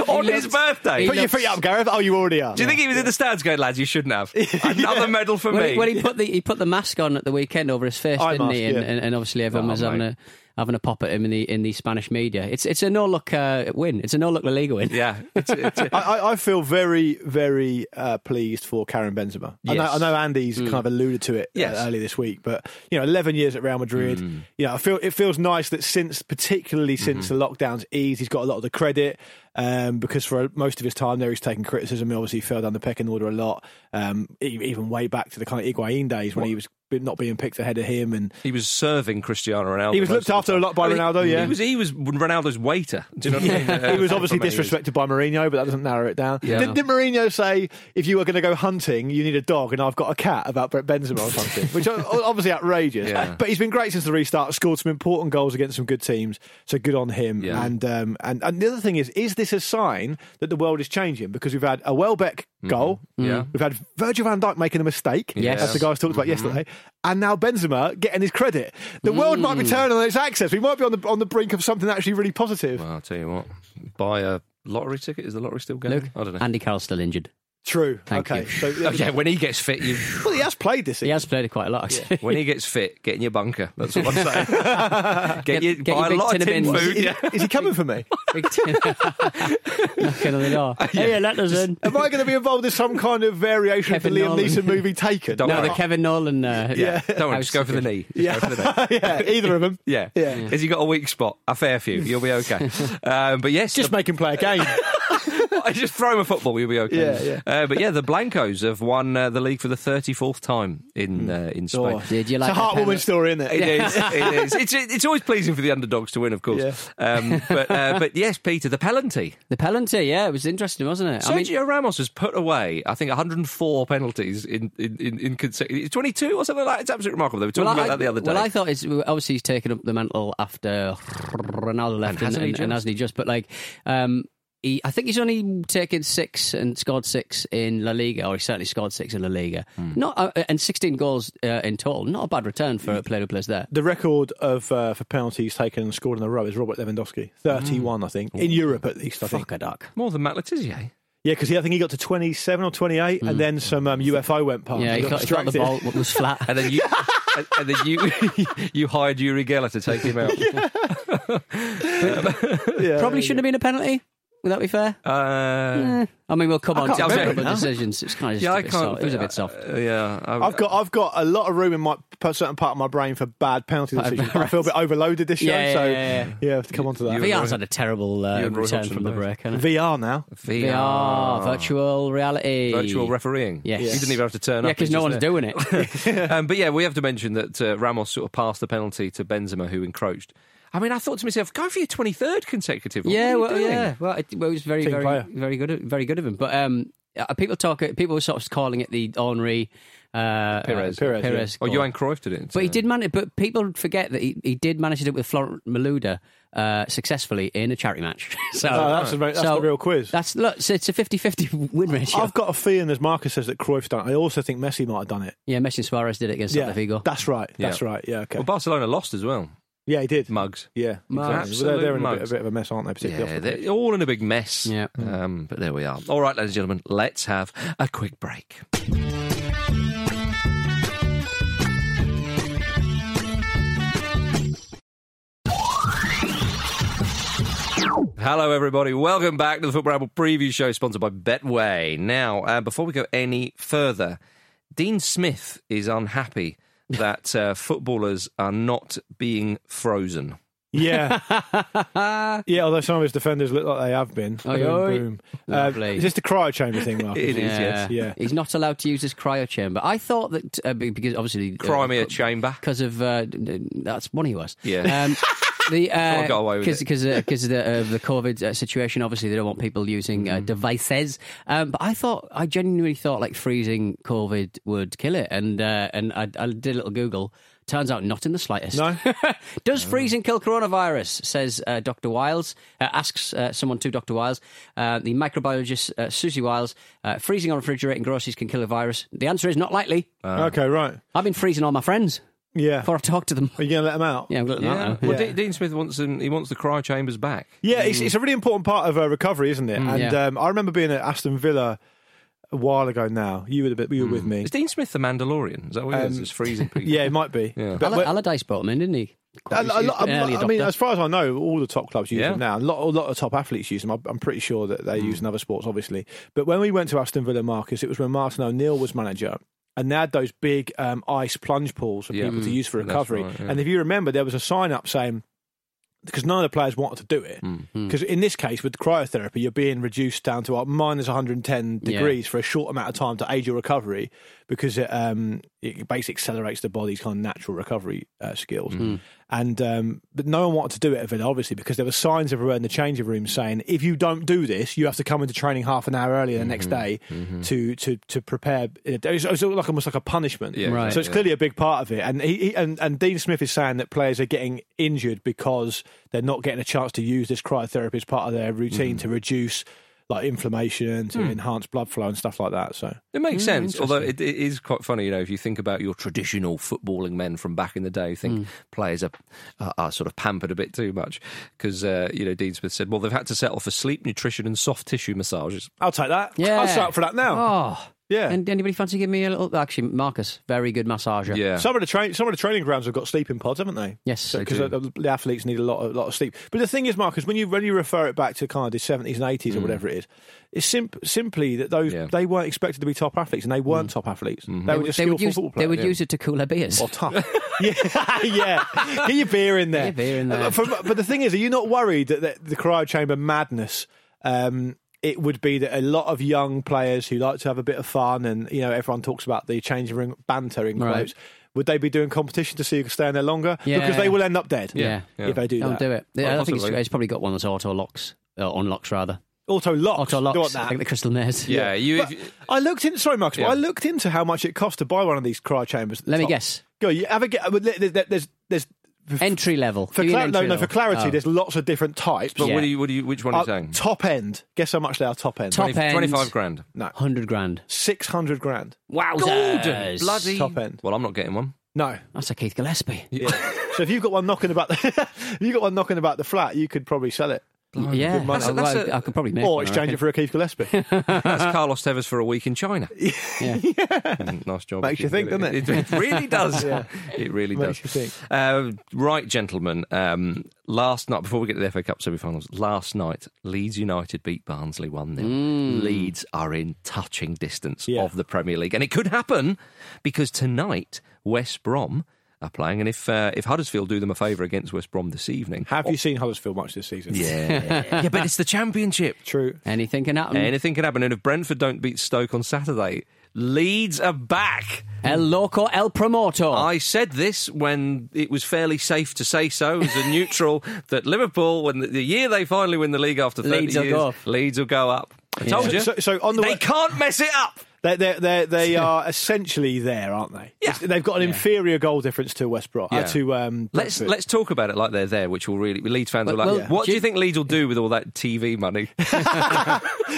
[SPEAKER 1] On
[SPEAKER 3] looks-
[SPEAKER 1] his birthday.
[SPEAKER 3] he
[SPEAKER 2] Put your
[SPEAKER 3] looks-
[SPEAKER 2] feet up, Gareth. Oh, you already are.
[SPEAKER 1] Do you think he was in the stands going, lads, you shouldn't have? Another medal for
[SPEAKER 3] When
[SPEAKER 1] me.
[SPEAKER 3] he, when he put the he put the mask on at the weekend over his face,
[SPEAKER 2] Eye
[SPEAKER 3] didn't he?
[SPEAKER 2] mask,
[SPEAKER 3] And,
[SPEAKER 2] yeah.
[SPEAKER 3] and, and obviously everyone
[SPEAKER 1] Oh,
[SPEAKER 3] was having
[SPEAKER 1] mate.
[SPEAKER 3] a having a pop at him in the in the Spanish media. It's it's a no look uh, win. It's a no look La Liga win.
[SPEAKER 1] yeah. It's, it's,
[SPEAKER 2] I, I, I feel very, very uh, pleased for Karen Benzema. I, know,
[SPEAKER 1] Yes. Hmm.
[SPEAKER 2] I know Andy's kind of alluded to it uh,
[SPEAKER 1] Yes. Hmm.
[SPEAKER 2] earlier this week, but you know, eleven years at Real Madrid. You know, I feel it feels nice that since, particularly since
[SPEAKER 1] Mm-hmm.
[SPEAKER 2] the lockdown's ease, he's got a lot of the credit um, because for most of his time there, he's taken criticism. He obviously fell down the pecking order a lot, um, e- even way back to the kind of Higuain days when he was not being picked ahead of him, and
[SPEAKER 1] he was serving Cristiano Ronaldo.
[SPEAKER 2] he was
[SPEAKER 1] most
[SPEAKER 2] looked
[SPEAKER 1] of the
[SPEAKER 2] after a
[SPEAKER 1] time.
[SPEAKER 2] lot by
[SPEAKER 1] I mean,
[SPEAKER 2] Ronaldo. Yeah,
[SPEAKER 1] He was, he was Ronaldo's waiter. Do you know what I mean?
[SPEAKER 2] he was
[SPEAKER 1] Uh,
[SPEAKER 2] obviously
[SPEAKER 1] for many years.
[SPEAKER 2] disrespected by Mourinho, but that doesn't narrow it down.
[SPEAKER 1] Yeah.
[SPEAKER 2] Did, did Mourinho say if you were going to go hunting, you need a dog, and I've got a cat about Brett Benzema or something, which is obviously outrageous.
[SPEAKER 1] Yeah.
[SPEAKER 2] But he's been great since the restart. Scored some important goals against some good teams, so good on him.
[SPEAKER 1] Yeah.
[SPEAKER 2] And um, and and the other thing is, is this a sign that the world is changing? Because we've had a Welbeck goal,
[SPEAKER 1] Yeah.
[SPEAKER 2] we've had Virgil Van Dijk making a mistake.
[SPEAKER 1] Mm-hmm. Yes. Mm-hmm.
[SPEAKER 2] That's the guy I was talking about yesterday, and now Benzema getting his credit. The world might
[SPEAKER 1] Mm.
[SPEAKER 2] be turning on its axis. We might be on the on the brink of something actually really positive.
[SPEAKER 1] Well, I'll tell you what. Buy a lottery ticket. Is the lottery still going?
[SPEAKER 3] Luke,
[SPEAKER 1] I don't know.
[SPEAKER 3] Andy Carroll's still injured.
[SPEAKER 2] True.
[SPEAKER 3] Thank
[SPEAKER 2] okay.
[SPEAKER 3] you.
[SPEAKER 2] So,
[SPEAKER 1] Oh, yeah, when he gets fit, you.
[SPEAKER 2] Well, he has played this.
[SPEAKER 3] He has played it quite a lot, actually.
[SPEAKER 1] When he gets fit, get in your bunker. That's what I'm saying. get, your,
[SPEAKER 3] get
[SPEAKER 1] buy
[SPEAKER 3] your big
[SPEAKER 1] a lot
[SPEAKER 3] tin
[SPEAKER 1] of
[SPEAKER 3] of
[SPEAKER 1] tin
[SPEAKER 3] bins.
[SPEAKER 1] food.
[SPEAKER 2] Is,
[SPEAKER 1] Yeah.
[SPEAKER 2] is he coming for me?
[SPEAKER 3] Knocking on the door. Hey, let us in.
[SPEAKER 2] Am I going to be involved in some kind of variation of the
[SPEAKER 3] Kevin
[SPEAKER 2] Liam
[SPEAKER 3] Nolan.
[SPEAKER 2] Neeson movie Taken?
[SPEAKER 1] Don't
[SPEAKER 3] No,
[SPEAKER 1] worry.
[SPEAKER 3] the Kevin Nolan. Uh,
[SPEAKER 1] Yeah. Don't worry,
[SPEAKER 3] house
[SPEAKER 1] just go for the
[SPEAKER 3] is-
[SPEAKER 1] knee. Just
[SPEAKER 2] yeah.
[SPEAKER 1] go for the knee.
[SPEAKER 2] yeah, either of them.
[SPEAKER 1] Yeah.
[SPEAKER 2] Yeah.
[SPEAKER 1] Has he got a weak spot? A fair few. You'll be okay. um, but yes,
[SPEAKER 2] Just
[SPEAKER 1] the-
[SPEAKER 2] make him play a game.
[SPEAKER 1] just throw him a football. You'll be okay.
[SPEAKER 2] Yeah,
[SPEAKER 1] Uh, but yeah, the Blancos have won uh, the league for the 34th time in uh, in Spain.
[SPEAKER 3] Oh, did you
[SPEAKER 2] it's
[SPEAKER 3] like
[SPEAKER 2] a heartwarming story, isn't it?
[SPEAKER 1] It is. It is. It's, it's always pleasing for the underdogs to win, of course. Um, but uh, but yes, Peter, the penalty.
[SPEAKER 3] The penalty, yeah, it was interesting, wasn't it? I mean,
[SPEAKER 1] Sergio Ramos has put away, I think, 104 penalties in in, in, in consecutive. 22 or something like that. It's absolutely remarkable. They were talking about
[SPEAKER 3] I,
[SPEAKER 1] that the other day.
[SPEAKER 3] well, I thought it's obviously he's taken up the mantle after Ronaldo left, and,
[SPEAKER 1] hasn't
[SPEAKER 3] and,
[SPEAKER 1] he
[SPEAKER 3] and,
[SPEAKER 1] just?
[SPEAKER 3] hasn't he just? But like, um, he, I think he's only taken six and scored six in La Liga, or he certainly scored six in La Liga.
[SPEAKER 1] Hmm.
[SPEAKER 3] Not uh, and sixteen goals uh, in total. Not a bad return for
[SPEAKER 1] Mm.
[SPEAKER 3] a player who plays there.
[SPEAKER 2] The record of uh, for penalties taken and scored in a row is Robert Lewandowski, thirty-one, I think, in Europe at least. I think.
[SPEAKER 3] Mm. Fuck a duck.
[SPEAKER 1] More than Matt Letizia.
[SPEAKER 2] Yeah, because I think he got to twenty-seven or twenty-eight, and then some um, UFO went
[SPEAKER 1] Oh,
[SPEAKER 2] past.
[SPEAKER 3] Mm. Yeah, he
[SPEAKER 2] got
[SPEAKER 3] got, he got the
[SPEAKER 2] distracted.
[SPEAKER 3] ball was flat.
[SPEAKER 1] and then you and, and then you you hired Yuri Geller to take him out.
[SPEAKER 2] Yeah.
[SPEAKER 3] Probably shouldn't have been a penalty. Would that be fair?
[SPEAKER 1] Uh,
[SPEAKER 3] Eh. I mean, we'll come on
[SPEAKER 2] can't
[SPEAKER 3] to
[SPEAKER 1] remember
[SPEAKER 3] the
[SPEAKER 1] now.
[SPEAKER 3] decisions. It's kind of just
[SPEAKER 1] yeah,
[SPEAKER 3] a
[SPEAKER 1] I
[SPEAKER 3] bit
[SPEAKER 1] can't.
[SPEAKER 3] soft. It was a bit soft.
[SPEAKER 1] uh, yeah, I,
[SPEAKER 2] I've got I've got a lot of room in my per- certain part of my brain for bad penalty decisions. but I feel a bit overloaded this
[SPEAKER 3] Yeah,
[SPEAKER 2] year,
[SPEAKER 3] yeah,
[SPEAKER 2] so
[SPEAKER 3] yeah, yeah.
[SPEAKER 2] I have to come on to that.
[SPEAKER 1] You-
[SPEAKER 3] VR's had a terrible uh,
[SPEAKER 1] you and Roy
[SPEAKER 3] return
[SPEAKER 1] Hodgson
[SPEAKER 3] from the
[SPEAKER 1] both.
[SPEAKER 3] break. hasn't it?
[SPEAKER 2] VR now.
[SPEAKER 3] VR, virtual reality,
[SPEAKER 1] Virtual refereeing.
[SPEAKER 3] Yes.
[SPEAKER 1] He didn't even have to turn
[SPEAKER 3] Yeah,
[SPEAKER 1] up.
[SPEAKER 3] because no one's
[SPEAKER 1] doing.
[SPEAKER 3] doing it.
[SPEAKER 1] um, but yeah, we have to mention that uh, Ramos sort of passed the penalty to Benzema, who encroached. I mean, I thought to myself, go for your 23rd consecutive. What
[SPEAKER 3] yeah,
[SPEAKER 1] are you
[SPEAKER 3] well,
[SPEAKER 1] doing?
[SPEAKER 3] yeah, well, it, well, it was very,
[SPEAKER 2] Team
[SPEAKER 3] very,
[SPEAKER 2] player.
[SPEAKER 3] very good, very good of him. But um, uh, people talk, people were sort of calling it the Henri uh,
[SPEAKER 1] Perez.
[SPEAKER 3] uh,
[SPEAKER 2] Perez, yeah.
[SPEAKER 3] Perez
[SPEAKER 1] Or
[SPEAKER 3] goal.
[SPEAKER 1] Oh, Johan Cruyff did it.
[SPEAKER 3] But he did manage. But people forget that he, he did manage to do it with Florent Maluda uh, successfully in a charity match. so
[SPEAKER 2] Oh, that's the that's
[SPEAKER 3] So-
[SPEAKER 2] the real quiz.
[SPEAKER 3] that's look, so it's a 50-50 win ratio.
[SPEAKER 2] I've got a feeling, as Marcus says, that Cruyff's done. it. I also think Messi might have done it.
[SPEAKER 3] yeah, Messi and Suarez did it against Celta Vigo.
[SPEAKER 2] that's right. That's
[SPEAKER 1] Yeah.
[SPEAKER 2] right. Yeah, okay.
[SPEAKER 1] Well, Barcelona lost as well.
[SPEAKER 2] yeah, he did.
[SPEAKER 1] Mugs.
[SPEAKER 2] Yeah, exactly. Well,
[SPEAKER 1] Absolute
[SPEAKER 2] they're, they're in a bit, a
[SPEAKER 1] mugs.
[SPEAKER 2] bit of a mess, aren't they? Particularly
[SPEAKER 1] Yeah,
[SPEAKER 2] off the
[SPEAKER 1] they're all in a big mess.
[SPEAKER 3] Yeah.
[SPEAKER 1] Um, but there we are. All right, ladies and gentlemen, let's have a quick break. Hello, everybody. Welcome back to the Football Ramble Preview Show, sponsored by Betway. Now, uh, before we go any further, Dean Smith is unhappy that uh, footballers are not being frozen.
[SPEAKER 2] Yeah. yeah, although some of his defenders look like they have been.
[SPEAKER 3] Oi,
[SPEAKER 2] boom,
[SPEAKER 3] oi.
[SPEAKER 2] boom. Uh,
[SPEAKER 3] Lovely.
[SPEAKER 2] is this the cryo chamber thing, Mark?
[SPEAKER 1] It is, yes.
[SPEAKER 2] Yeah.
[SPEAKER 3] Uh, He's not allowed to use his cryo chamber. I thought that uh, be- because obviously
[SPEAKER 1] Crimea Chamber.
[SPEAKER 3] because of uh, d- d- that's one he was.
[SPEAKER 1] Yeah.
[SPEAKER 3] Um, the uh,
[SPEAKER 1] Someone got away with
[SPEAKER 3] because
[SPEAKER 1] it.
[SPEAKER 3] because of the, of the COVID uh, situation, obviously they don't want people using
[SPEAKER 1] Mm.
[SPEAKER 3] uh, devices. Um, but I thought I genuinely thought like freezing COVID would kill it, and uh, and I, I did a little Google. Turns out not in the slightest.
[SPEAKER 2] No?
[SPEAKER 1] Oh.
[SPEAKER 3] Does freezing kill coronavirus? Says uh, Dr. Wiles. Uh, asks uh, someone to Dr. Wiles. Uh, the microbiologist uh, Susie Wiles. Uh, freezing on refrigerating groceries can kill a virus. The answer is not likely.
[SPEAKER 1] Uh.
[SPEAKER 2] okay, right.
[SPEAKER 3] I've been freezing all my friends
[SPEAKER 2] Yeah.
[SPEAKER 3] before I've talked to them.
[SPEAKER 2] Are you going to let them out?
[SPEAKER 3] Yeah, I'm glad
[SPEAKER 1] Yeah.
[SPEAKER 3] yeah.
[SPEAKER 1] Well,
[SPEAKER 2] Yeah.
[SPEAKER 1] De- Dean Smith wants an, he wants the cry chambers back.
[SPEAKER 2] Yeah, it's,
[SPEAKER 1] Mm.
[SPEAKER 2] it's a really important part of uh, recovery, isn't it? and
[SPEAKER 3] yeah.
[SPEAKER 2] um, I remember being at Aston Villa a while ago now. You were, the bit, you were with me.
[SPEAKER 1] Is Dean Smith the Mandalorian? Is that what he is? It's freezing people.
[SPEAKER 2] Um, Yeah, it might be.
[SPEAKER 1] Yeah.
[SPEAKER 2] But,
[SPEAKER 3] Alli-
[SPEAKER 2] but-
[SPEAKER 3] Allardyce bought him in, didn't he?
[SPEAKER 2] a-
[SPEAKER 3] Quite
[SPEAKER 2] a lot-
[SPEAKER 3] an early
[SPEAKER 2] I mean,
[SPEAKER 3] adopter.
[SPEAKER 2] as far as I know, all the top clubs use
[SPEAKER 1] Yeah. Mm.
[SPEAKER 2] them now. A lot, a lot of top athletes use them. I'm- I'm pretty sure that they use in other sports, obviously. But when we went to Aston Villa, Marcus, it was when Martin O'Neill was manager. And they had those big um, ice plunge pools for
[SPEAKER 1] Yeah. mm,
[SPEAKER 2] people to use for
[SPEAKER 1] That's
[SPEAKER 2] recovery.
[SPEAKER 1] right, yeah.
[SPEAKER 2] And if you remember, there was a sign up saying, because none of the players wanted to do it.
[SPEAKER 1] Hmm.
[SPEAKER 3] Hmm. Mm.
[SPEAKER 2] Because in this case, with cryotherapy, you're being reduced down to uh, minus 110
[SPEAKER 3] Yeah.
[SPEAKER 2] degrees for a short amount of time to aid your recovery because it, um, it basically accelerates the body's kind of natural recovery uh,
[SPEAKER 3] Mm. Hmm.
[SPEAKER 2] skills. And um, But no one wanted to do it at Villa, obviously, because there were signs everywhere in the changing room saying, if you don't do this, you have to come into training half an hour earlier the next
[SPEAKER 1] Mm-hmm.
[SPEAKER 2] day
[SPEAKER 1] Mm.
[SPEAKER 2] to, to, to prepare. It was, it was like, almost like a punishment.
[SPEAKER 1] Yeah,
[SPEAKER 3] Right.
[SPEAKER 2] So it's
[SPEAKER 1] exactly.
[SPEAKER 2] clearly a big part of it. And he, he and, and Dean Smith is saying that players are getting
[SPEAKER 1] Mm.
[SPEAKER 2] injured because they're not getting a chance to use this cryotherapy as part of their routine to reduce like inflammation to enhance blood flow and stuff like that. So
[SPEAKER 1] It makes
[SPEAKER 2] Hmm,
[SPEAKER 1] sense, although it, it is quite funny, you know, if you think about your traditional footballing men from back in the day, you think
[SPEAKER 2] Hmm.
[SPEAKER 1] players are, are, are sort of pampered a bit too much because, uh, you know, Dean Smith said, well, they've had to settle for sleep, nutrition, and soft tissue massages.
[SPEAKER 2] I'll take that.
[SPEAKER 3] Yeah.
[SPEAKER 2] I'll sign up for that now.
[SPEAKER 3] Oh.
[SPEAKER 2] Yeah.
[SPEAKER 3] And anybody fancy giving me a little? Actually, Marcus, very good massager.
[SPEAKER 1] Yeah.
[SPEAKER 2] Some of the train, some of the training grounds have got sleeping pods, haven't they?
[SPEAKER 3] Yes.
[SPEAKER 2] because the, the athletes need a lot, of, lot of sleep. But the thing is, Marcus, when you when you refer it back to kind of the seventies and eighties or whatever it is, it's simp- simply that those
[SPEAKER 1] Yeah.
[SPEAKER 2] they weren't expected to be top athletes, and they weren't top athletes. They were just
[SPEAKER 3] they
[SPEAKER 2] skillful
[SPEAKER 3] would, use,
[SPEAKER 2] football
[SPEAKER 3] they
[SPEAKER 2] players.
[SPEAKER 3] would use it to cool their beers.
[SPEAKER 2] or tough. yeah, yeah. Get your beer in there.
[SPEAKER 3] Get your beer in there.
[SPEAKER 2] Uh, for- but the thing is, are you not worried that the, the cryo chamber madness? Um, it would be that a lot of young players who like to have a bit of fun, and you know, everyone talks about the changing room banter in
[SPEAKER 3] Right.
[SPEAKER 2] quotes. Would they be doing competition to see who can stay in there longer?
[SPEAKER 3] Yeah.
[SPEAKER 2] Because they will end up dead.
[SPEAKER 3] Yeah.
[SPEAKER 1] Yeah.
[SPEAKER 2] if they do
[SPEAKER 3] Don't
[SPEAKER 2] that.
[SPEAKER 3] do it. Yeah, I think it's,
[SPEAKER 1] possibly.
[SPEAKER 3] it's probably got one that's auto locks, uh, unlocks rather.
[SPEAKER 2] Auto locks.
[SPEAKER 3] Auto
[SPEAKER 2] Don't
[SPEAKER 3] locks,
[SPEAKER 2] want that.
[SPEAKER 3] like the crystal mares.
[SPEAKER 1] Yeah, you.
[SPEAKER 2] But
[SPEAKER 1] if-
[SPEAKER 2] I looked in. Sorry, Marcus.
[SPEAKER 1] Yeah.
[SPEAKER 2] But I looked into how much it costs to buy one of these cryo chambers. at the
[SPEAKER 3] Let me
[SPEAKER 2] top.
[SPEAKER 3] guess.
[SPEAKER 2] Go. You have a get. There's there's there's
[SPEAKER 3] Entry level.
[SPEAKER 2] for
[SPEAKER 3] Give me an
[SPEAKER 2] clar- no
[SPEAKER 3] entry
[SPEAKER 2] no for
[SPEAKER 3] level.
[SPEAKER 2] clarity.
[SPEAKER 3] Oh.
[SPEAKER 2] There's lots of different types.
[SPEAKER 1] but
[SPEAKER 3] yeah.
[SPEAKER 1] what do you, what do you, which one are you
[SPEAKER 2] Uh,
[SPEAKER 1] saying?
[SPEAKER 2] top end. Guess how much they are top end?
[SPEAKER 3] Top end.
[SPEAKER 1] 25 grand.
[SPEAKER 3] Hundred grand.
[SPEAKER 2] Six hundred grand.
[SPEAKER 3] Wowzers.
[SPEAKER 1] Bloody.
[SPEAKER 2] Top end.
[SPEAKER 1] Well, I'm not getting one.
[SPEAKER 2] No.
[SPEAKER 3] That's a Keith Gillespie.
[SPEAKER 2] Yeah. so if you've got one knocking about the, if you've got one knocking about the flat, you could probably sell it
[SPEAKER 3] yeah,
[SPEAKER 2] good money.
[SPEAKER 3] I-
[SPEAKER 1] That's a-
[SPEAKER 3] well,
[SPEAKER 1] that's a-
[SPEAKER 3] I could probably make.
[SPEAKER 2] or
[SPEAKER 3] one, I
[SPEAKER 2] exchange it for a Keith Gillespie.
[SPEAKER 1] That's Carlos Tevez for a week in China.
[SPEAKER 3] reckon. Yeah.
[SPEAKER 1] Mm, nice job.
[SPEAKER 2] Makes you think, doesn't it?
[SPEAKER 1] It, it really does. It really
[SPEAKER 2] Makes
[SPEAKER 1] does.
[SPEAKER 2] you think.
[SPEAKER 1] Uh, right, gentlemen. Um, last night, before we get to the FA Cup semi-finals, last night Leeds United beat Barnsley one 0 Leeds are in touching distance
[SPEAKER 2] Yeah.
[SPEAKER 1] of the Premier League, and it could happen because tonight West Brom are playing, and if uh, if Huddersfield do them a favour against West Brom this evening,
[SPEAKER 2] Have you seen Huddersfield much this season?
[SPEAKER 1] yeah, yeah, but it's the Championship.
[SPEAKER 2] True.
[SPEAKER 3] Anything can happen.
[SPEAKER 1] Anything can happen, and if Brentford don't beat Stoke on Saturday, Leeds are back.
[SPEAKER 3] El loco, el promotor.
[SPEAKER 1] I said this when it was fairly safe to say so as a neutral that Liverpool, when the, the year they finally win the league after 30
[SPEAKER 3] Leeds will
[SPEAKER 1] years,
[SPEAKER 3] go up.
[SPEAKER 1] Leeds will go up. I told you.
[SPEAKER 2] So- so on the
[SPEAKER 1] they
[SPEAKER 2] way-
[SPEAKER 1] can't mess it up.
[SPEAKER 2] They they they they are essentially there, aren't they?
[SPEAKER 1] Yeah.
[SPEAKER 2] It's- They've got an inferior goal difference to West Brom. uh,
[SPEAKER 1] Yeah.
[SPEAKER 2] to um,
[SPEAKER 1] Let's
[SPEAKER 2] Brentford.
[SPEAKER 1] let's talk about it like they're there, which will really Leeds fans will like.
[SPEAKER 3] well,
[SPEAKER 1] What do
[SPEAKER 3] do
[SPEAKER 1] you think Leeds will do with all that TV money?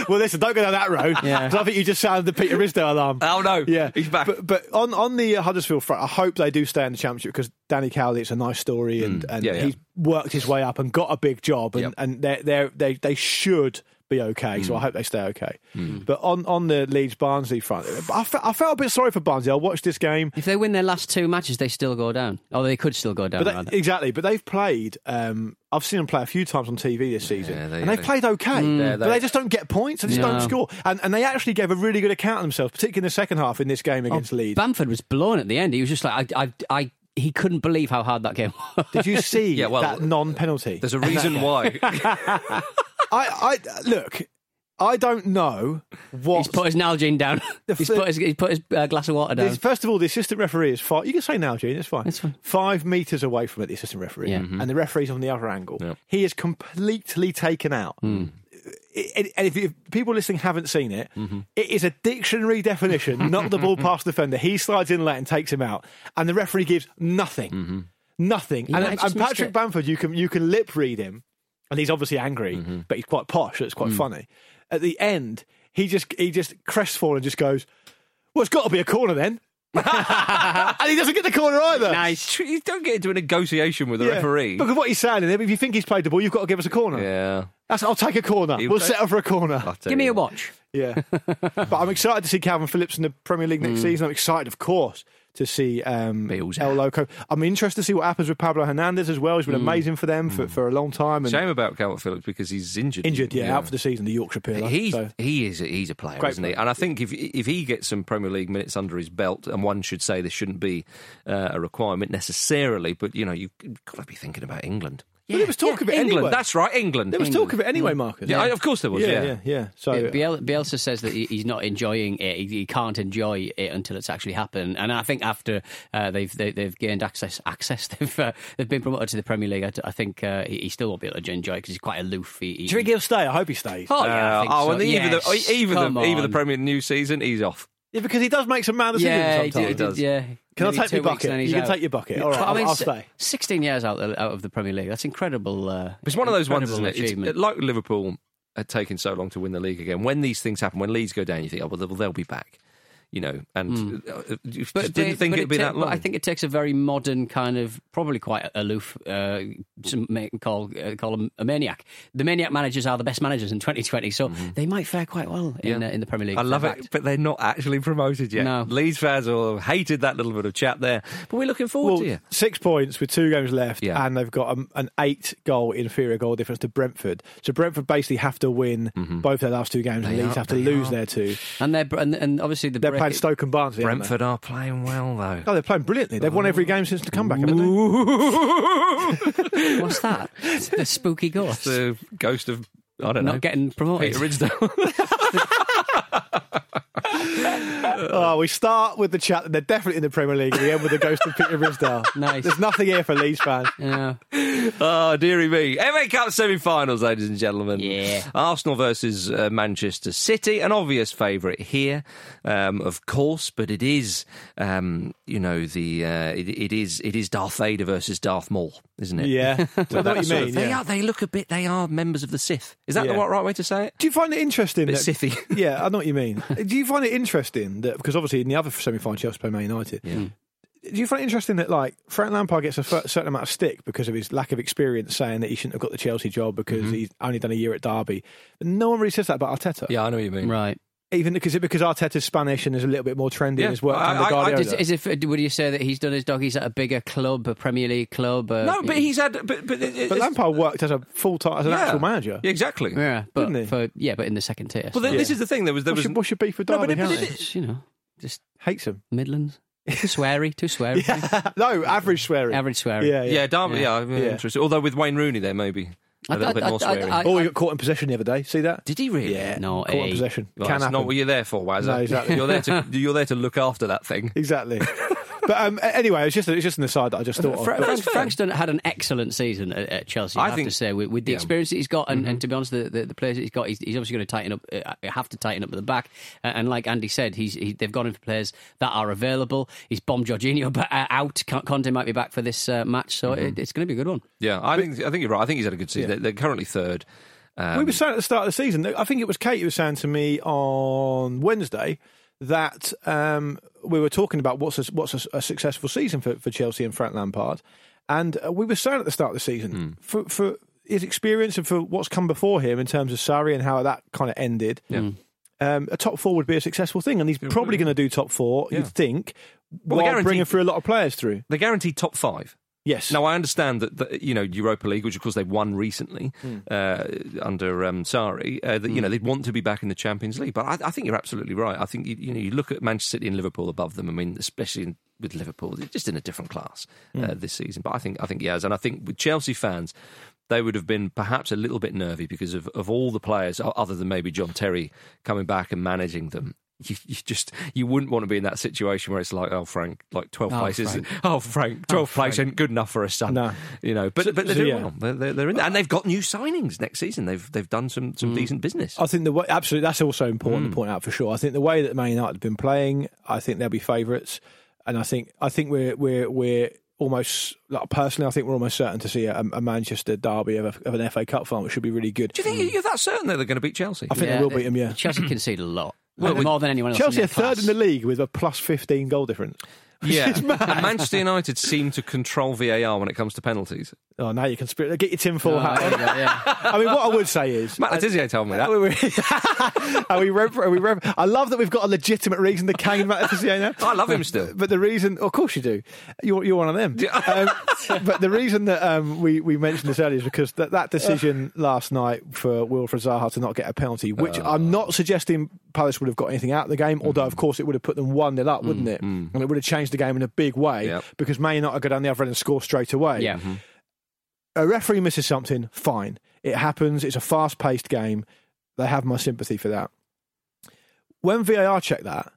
[SPEAKER 2] Well, listen, don't go down that road.
[SPEAKER 3] Yeah.
[SPEAKER 2] 'cause I think you just sounded the Peter Risdale alarm.
[SPEAKER 1] Oh, no.
[SPEAKER 2] Yeah,
[SPEAKER 1] He's back.
[SPEAKER 2] But, but on on the uh, Huddersfield front, I hope they do stay in the championship because Danny Cowley, it's a nice story, and, and
[SPEAKER 1] Mm. Yeah, yeah.
[SPEAKER 2] he's worked his way up and got a big job, and
[SPEAKER 1] Yep. Mm.
[SPEAKER 2] and they they they they should be okay. So I hope they stay okay. But on on the Leeds Barnsley front, I, fe- I felt a bit sorry for Barnsley. I watched this game.
[SPEAKER 3] if they win their last two matches, they still go down. Or they could still go down.
[SPEAKER 2] But they-
[SPEAKER 3] rather.
[SPEAKER 2] exactly, but they've played. Um, I've seen them play a few times on TV this season,
[SPEAKER 1] Yeah, they- Mm.
[SPEAKER 2] and they've
[SPEAKER 1] they-
[SPEAKER 2] played okay.
[SPEAKER 1] Yeah,
[SPEAKER 2] but
[SPEAKER 1] they-
[SPEAKER 2] they just don't get points. They just
[SPEAKER 3] No.
[SPEAKER 2] don't score. And, and they actually gave a really good account of themselves, particularly in the second half in this
[SPEAKER 1] Oh,
[SPEAKER 2] game against Leeds.
[SPEAKER 3] Bamford was blown at the end. He was just like, I, I, I, he couldn't believe how hard that game was.
[SPEAKER 2] Did you see
[SPEAKER 1] Yeah, well,
[SPEAKER 2] that non-penalty?
[SPEAKER 1] There's a reason why.
[SPEAKER 2] I, I look. I don't know
[SPEAKER 3] He's
[SPEAKER 2] what.
[SPEAKER 3] put his Nalgene down.
[SPEAKER 2] The
[SPEAKER 3] he's,
[SPEAKER 2] fl-
[SPEAKER 3] put his, he's put his uh, glass of water down.
[SPEAKER 2] this- first of all, the assistant referee is five. You can say now, Gene. It's fine.
[SPEAKER 3] It's fine.
[SPEAKER 2] Five meters away from it, the assistant referee,
[SPEAKER 3] Yeah.
[SPEAKER 2] and the referee's on the other angle.
[SPEAKER 1] Yeah.
[SPEAKER 2] He is completely taken out.
[SPEAKER 3] Hmm.
[SPEAKER 2] I- And and if, if people listening haven't seen it, it is a dictionary definition, not the ball past the defender. He slides in late and takes him out, and the referee gives nothing,
[SPEAKER 3] Mm-hmm.
[SPEAKER 2] nothing.
[SPEAKER 3] might have
[SPEAKER 2] And,
[SPEAKER 3] just
[SPEAKER 2] and
[SPEAKER 3] missed
[SPEAKER 2] Patrick
[SPEAKER 3] it.
[SPEAKER 2] Bamford, you can you can lip read him, and he's obviously angry,
[SPEAKER 3] Mm-hmm.
[SPEAKER 2] but he's quite posh. So it's
[SPEAKER 3] Mm.
[SPEAKER 2] quite funny. At the end, he just he just crestfallen just goes, "Well, it's got to be a corner then," and he doesn't get the corner either.
[SPEAKER 1] nice. You don't get into a negotiation with a
[SPEAKER 2] Yeah.
[SPEAKER 1] referee.
[SPEAKER 2] Look at what he's saying. in there. If you think he's played the ball, you've got to give us a corner.
[SPEAKER 1] Yeah.
[SPEAKER 2] That's, I'll take a corner.
[SPEAKER 1] He'll
[SPEAKER 2] we'll
[SPEAKER 1] take-
[SPEAKER 2] set up for a corner.
[SPEAKER 1] I'll tell
[SPEAKER 3] Give me
[SPEAKER 1] you.
[SPEAKER 3] a watch.
[SPEAKER 2] Yeah. but I'm excited to see Calvin Phillips in the Premier League next season. I'm excited, of course, to see um,
[SPEAKER 1] Bills
[SPEAKER 2] El
[SPEAKER 1] out.
[SPEAKER 2] Loco. I'm interested to see what happens with Pablo Hernandez as well. He's been amazing for them for, for a long time and
[SPEAKER 1] Shame about Calvert Phillips because he's injured.
[SPEAKER 2] injured, yeah, out for the season, the Yorkshire Peeler.
[SPEAKER 1] He's
[SPEAKER 2] so.
[SPEAKER 1] he is he's a player,
[SPEAKER 2] Great
[SPEAKER 1] isn't he?
[SPEAKER 2] player.
[SPEAKER 1] And I think if if he gets some Premier League minutes under his belt, and one should say this shouldn't be uh, a requirement necessarily, but you know you've got to be thinking about England.
[SPEAKER 2] But there was talk of it
[SPEAKER 1] England,
[SPEAKER 2] anyway.
[SPEAKER 1] that's right, England.
[SPEAKER 2] There was talk of it anyway, Marcus.
[SPEAKER 1] yeah, I- of course there was. Yeah,
[SPEAKER 2] yeah, yeah, yeah. So uh,
[SPEAKER 3] Biel- Bielsa says that he- he's not enjoying it. He, he can't enjoy it until it's actually happened. And I think after uh, they've they, they've gained access, access they've uh, they've been promoted to the Premier League. I, d- I think uh, he, he still won't be able to enjoy it because he's quite aloof. He, he-
[SPEAKER 2] do you think he'll stay? I hope he stays.
[SPEAKER 3] oh,
[SPEAKER 1] Uh,
[SPEAKER 3] yeah, I think
[SPEAKER 1] oh,
[SPEAKER 3] so.
[SPEAKER 1] and the- even
[SPEAKER 3] Yes,
[SPEAKER 1] the even
[SPEAKER 3] come
[SPEAKER 1] the, even the
[SPEAKER 3] on.
[SPEAKER 1] Premier new season, he's off.
[SPEAKER 2] Yeah, because he does make some mad decisions
[SPEAKER 3] Yeah, he
[SPEAKER 2] sometimes.
[SPEAKER 3] did- he did, yeah.
[SPEAKER 2] Can I
[SPEAKER 3] Maybe
[SPEAKER 2] take
[SPEAKER 3] two
[SPEAKER 2] my
[SPEAKER 3] weeks
[SPEAKER 2] bucket?
[SPEAKER 3] and then he's
[SPEAKER 2] You can
[SPEAKER 3] out.
[SPEAKER 2] take your bucket. All right,
[SPEAKER 3] But
[SPEAKER 2] I'll- I'll
[SPEAKER 3] s-
[SPEAKER 2] stay.
[SPEAKER 3] 16 years out, out of the Premier League. That's incredible. Uh,
[SPEAKER 1] It's one of those ones, isn't
[SPEAKER 3] incredible
[SPEAKER 1] it? It's,
[SPEAKER 3] achievement.
[SPEAKER 1] like Liverpool had taken so long to win the league again. When these things happen, when Leeds go down, you think, oh, well, they'll, they'll be back. You know, and uh, you just didn't
[SPEAKER 3] they-
[SPEAKER 1] think
[SPEAKER 3] but
[SPEAKER 1] it'd be
[SPEAKER 3] ta-
[SPEAKER 1] that
[SPEAKER 3] but
[SPEAKER 1] long.
[SPEAKER 3] I think it takes a very modern kind of, probably quite aloof, uh, some may call uh, call them a maniac. The maniac managers are the best managers in 2020, so they might fare quite well in
[SPEAKER 1] Mm-hmm. Yeah.
[SPEAKER 3] uh, in the Premier League.
[SPEAKER 1] I
[SPEAKER 3] for a
[SPEAKER 1] love
[SPEAKER 3] fact.
[SPEAKER 1] it, but they're not actually promoted yet.
[SPEAKER 3] No.
[SPEAKER 1] Leeds fans all hated that little bit of chat there, but we're looking forward
[SPEAKER 2] Well,
[SPEAKER 1] to you.
[SPEAKER 2] six points with two games left,
[SPEAKER 1] Yeah.
[SPEAKER 2] and they've got um an eight goal inferior goal difference to Brentford. So Brentford basically have to win both their last two games, and
[SPEAKER 1] Mm-hmm. They
[SPEAKER 2] Leeds
[SPEAKER 1] are-
[SPEAKER 2] have to
[SPEAKER 1] they
[SPEAKER 2] lose
[SPEAKER 1] are.
[SPEAKER 2] their two.
[SPEAKER 3] And they're and, and obviously the
[SPEAKER 2] They're
[SPEAKER 3] break-
[SPEAKER 2] playing Stoke and Barnsley. haven't they?
[SPEAKER 1] Brentford are playing well though.
[SPEAKER 2] Oh, they're playing brilliantly. They've won every game since the comeback, haven't they?
[SPEAKER 1] the
[SPEAKER 3] What's that? the spooky ghost.
[SPEAKER 1] ghost of I don't know.
[SPEAKER 3] Not getting promoted.
[SPEAKER 1] Peter Ridsdale.
[SPEAKER 2] Oh, we start with the chat that they're definitely in the Premier League. and We end with the ghost of Peter Risdale.
[SPEAKER 3] Nice.
[SPEAKER 2] There's nothing here for Leeds fans.
[SPEAKER 3] Yeah.
[SPEAKER 1] oh, dearie me. FA Cup semi finals, ladies and gentlemen.
[SPEAKER 3] Yeah.
[SPEAKER 1] Arsenal versus uh, Manchester City. An obvious favourite here, um, of course, but it is, um, you know, the uh, it, it is it is Darth Vader versus Darth Maul, isn't it?
[SPEAKER 2] Yeah, I know
[SPEAKER 1] That
[SPEAKER 2] what you
[SPEAKER 1] sort of-
[SPEAKER 2] mean.
[SPEAKER 1] They
[SPEAKER 2] yeah.
[SPEAKER 1] are. They look a bit. They are members of the Sith. Is that the
[SPEAKER 2] Yeah.
[SPEAKER 1] right, right way to say it?
[SPEAKER 2] Do you find it interesting?
[SPEAKER 1] A bit
[SPEAKER 2] That,
[SPEAKER 1] Sithy.
[SPEAKER 2] yeah, I know what you mean. Do you find it interesting that because obviously in the other semi-final Chelsea play Man United.
[SPEAKER 1] Yeah.
[SPEAKER 2] Do you find it interesting that like Frank Lampard gets a f- certain amount of stick because of his lack of experience, saying that he shouldn't have got the Chelsea job because
[SPEAKER 1] Mm-hmm.
[SPEAKER 2] he's only done a year at Derby? But no one really says that about Arteta.
[SPEAKER 1] Yeah, I know what you mean.
[SPEAKER 3] Right.
[SPEAKER 2] Even because because Arteta's Spanish and is a little bit more trendy
[SPEAKER 1] Yeah,
[SPEAKER 2] in his work
[SPEAKER 1] I-
[SPEAKER 2] under
[SPEAKER 1] I- I
[SPEAKER 2] Guardiola.
[SPEAKER 3] Is, is if would you say that he's done his doggies at a bigger club, a Premier League club? uh, A,
[SPEAKER 1] No, but he's had. But, but, it-
[SPEAKER 2] but
[SPEAKER 1] it's-
[SPEAKER 2] Lampard worked as a full time as an
[SPEAKER 1] Yeah.
[SPEAKER 2] actual manager.
[SPEAKER 1] Yeah, exactly.
[SPEAKER 3] yeah, but
[SPEAKER 2] Didn't he?
[SPEAKER 3] for yeah, but in the second tier.
[SPEAKER 1] Well,
[SPEAKER 3] so,
[SPEAKER 1] th- this is the thing. There was there
[SPEAKER 2] What's
[SPEAKER 1] was
[SPEAKER 2] your, what's your beef with
[SPEAKER 1] No, but
[SPEAKER 2] Derby
[SPEAKER 1] it- but
[SPEAKER 2] County?
[SPEAKER 1] it-
[SPEAKER 3] you know, just
[SPEAKER 2] Hates him.
[SPEAKER 3] Midlands. Too sweary, too sweary.
[SPEAKER 2] no, average swearing.
[SPEAKER 3] Average sweary.
[SPEAKER 2] Yeah, yeah.
[SPEAKER 1] yeah, Derby. Yeah, I'm
[SPEAKER 2] Yeah.
[SPEAKER 1] interested. Although with Wayne Rooney there, maybe a little bit more swearing.
[SPEAKER 2] oh, he got caught in possession the other day. See that?
[SPEAKER 1] Did he really?
[SPEAKER 2] Yeah,
[SPEAKER 3] No,
[SPEAKER 2] caught in
[SPEAKER 3] eh.
[SPEAKER 2] possession.
[SPEAKER 1] Well,
[SPEAKER 2] Can
[SPEAKER 1] that's
[SPEAKER 2] happen.
[SPEAKER 1] not what you're there for, Wazza.
[SPEAKER 2] No, exactly.
[SPEAKER 1] You're there to you're there to look after that thing.
[SPEAKER 2] Exactly. but um, a- anyway, it's just it's just an aside that I just thought.
[SPEAKER 3] Fra-
[SPEAKER 2] of.
[SPEAKER 3] Frank,
[SPEAKER 1] fair.
[SPEAKER 3] Frank's done, had an excellent season at, at Chelsea.
[SPEAKER 1] I
[SPEAKER 3] I, have
[SPEAKER 1] think-
[SPEAKER 3] to say, with, with the
[SPEAKER 1] yeah. Mm-hmm.
[SPEAKER 3] experience that he's got, and, and to be honest, the, the, the players that he's got, he's, he's obviously going to tighten up, uh, have to tighten up at the back. Uh, and like Andy said, he's he, they've gone in for players that are available. He's bombed Jorginho ba- uh, out. Con- Conte might be back for this uh, match, so
[SPEAKER 1] Mm-hmm.
[SPEAKER 3] it, it's going to be a good one.
[SPEAKER 1] Yeah, I think I think you're right. I think he's had a good season. They're, they're currently third. Um,
[SPEAKER 2] we were saying at the start of the season. I think it was Kate who was saying to me on Wednesday that um, we were talking about what's a, what's a, a successful season for, for Chelsea and Frank Lampard, and uh, we were saying at the start of the season for for his experience and for what's come before him in terms of Surrey and how that kind of ended. Um, a top four would be a successful thing, and he's probably going to do top four.
[SPEAKER 1] Yeah.
[SPEAKER 2] You'd think,
[SPEAKER 1] we
[SPEAKER 2] while
[SPEAKER 1] guarantee-
[SPEAKER 2] bringing through a lot of players through.
[SPEAKER 1] they're guaranteed top five.
[SPEAKER 2] Yes.
[SPEAKER 1] Now I understand that, that you know Europa League, which of course they won recently uh, under um, Sari, uh, that you know they'd want to be back in the Champions League. But I, I think you're absolutely right. I think you, you know you look at Manchester City and Liverpool above them. I mean, especially in, with Liverpool, they're just in a different class uh, this season. But I think I think he has, and I think with Chelsea fans. They would have been perhaps a little bit nervy because of, of all the players, o- other than maybe John Terry coming back and managing them. You, you just you wouldn't want to be in that situation where it's like, oh Frank, like twelve
[SPEAKER 3] Oh,
[SPEAKER 1] places,
[SPEAKER 3] Frank.
[SPEAKER 1] oh Frank, twelve places ain't good enough for a son.
[SPEAKER 2] No.
[SPEAKER 1] You know, but but they're
[SPEAKER 2] so,
[SPEAKER 1] doing
[SPEAKER 2] yeah.
[SPEAKER 1] well. They're, they're, they're in there. and they've got new signings next season. They've they've done some
[SPEAKER 2] Mm.
[SPEAKER 1] some decent business.
[SPEAKER 2] I think the way, absolutely that's also important to point out for sure. I think the way that Man United have been playing, I think they'll be favourites, and I think I think we're we're we're almost like personally, I think we're almost certain to see a, a Manchester derby of, a, of an FA Cup final, which should be really good.
[SPEAKER 1] Do you think you're that certain that they're going to beat Chelsea?
[SPEAKER 2] I think they will beat them. Yeah,
[SPEAKER 3] Chelsea concede a lot,
[SPEAKER 1] Well,
[SPEAKER 3] more than anyone else.
[SPEAKER 2] Chelsea
[SPEAKER 3] in
[SPEAKER 2] are
[SPEAKER 3] their
[SPEAKER 2] third in
[SPEAKER 3] class.
[SPEAKER 2] the league with a plus fifteen goal difference.
[SPEAKER 1] yeah. And Manchester United seem to control VAR when it comes to penalties.
[SPEAKER 2] Oh, now you can spirit. Get your tin foil
[SPEAKER 3] Oh,
[SPEAKER 2] hat
[SPEAKER 3] there you
[SPEAKER 2] on.
[SPEAKER 3] go, yeah.
[SPEAKER 2] I mean, what I Oh, would say is.
[SPEAKER 1] Matt Letizia told me that.
[SPEAKER 2] Are we, are we, rev- are we rev- I love that we've got a legitimate reason to cane Matt Officiano.
[SPEAKER 1] I love him still.
[SPEAKER 2] But the reason, of course you do. You're, you're one of them. Um, but the reason that um, we, we mentioned this earlier is because that, that decision last night for Wilfred Zaha to not get a penalty, which
[SPEAKER 1] Uh.
[SPEAKER 2] I'm not suggesting Palace would have got anything out of the game,
[SPEAKER 1] Mm.
[SPEAKER 2] although, of course, it would have put them 1 nil up, wouldn't it? And it would have changed the game in a big way
[SPEAKER 1] Yep.
[SPEAKER 2] because Man United go down the other end and score straight away
[SPEAKER 3] Yeah.
[SPEAKER 2] a referee misses something, fine. It happens. It's a fast paced game. They have my sympathy for that. When VAR check that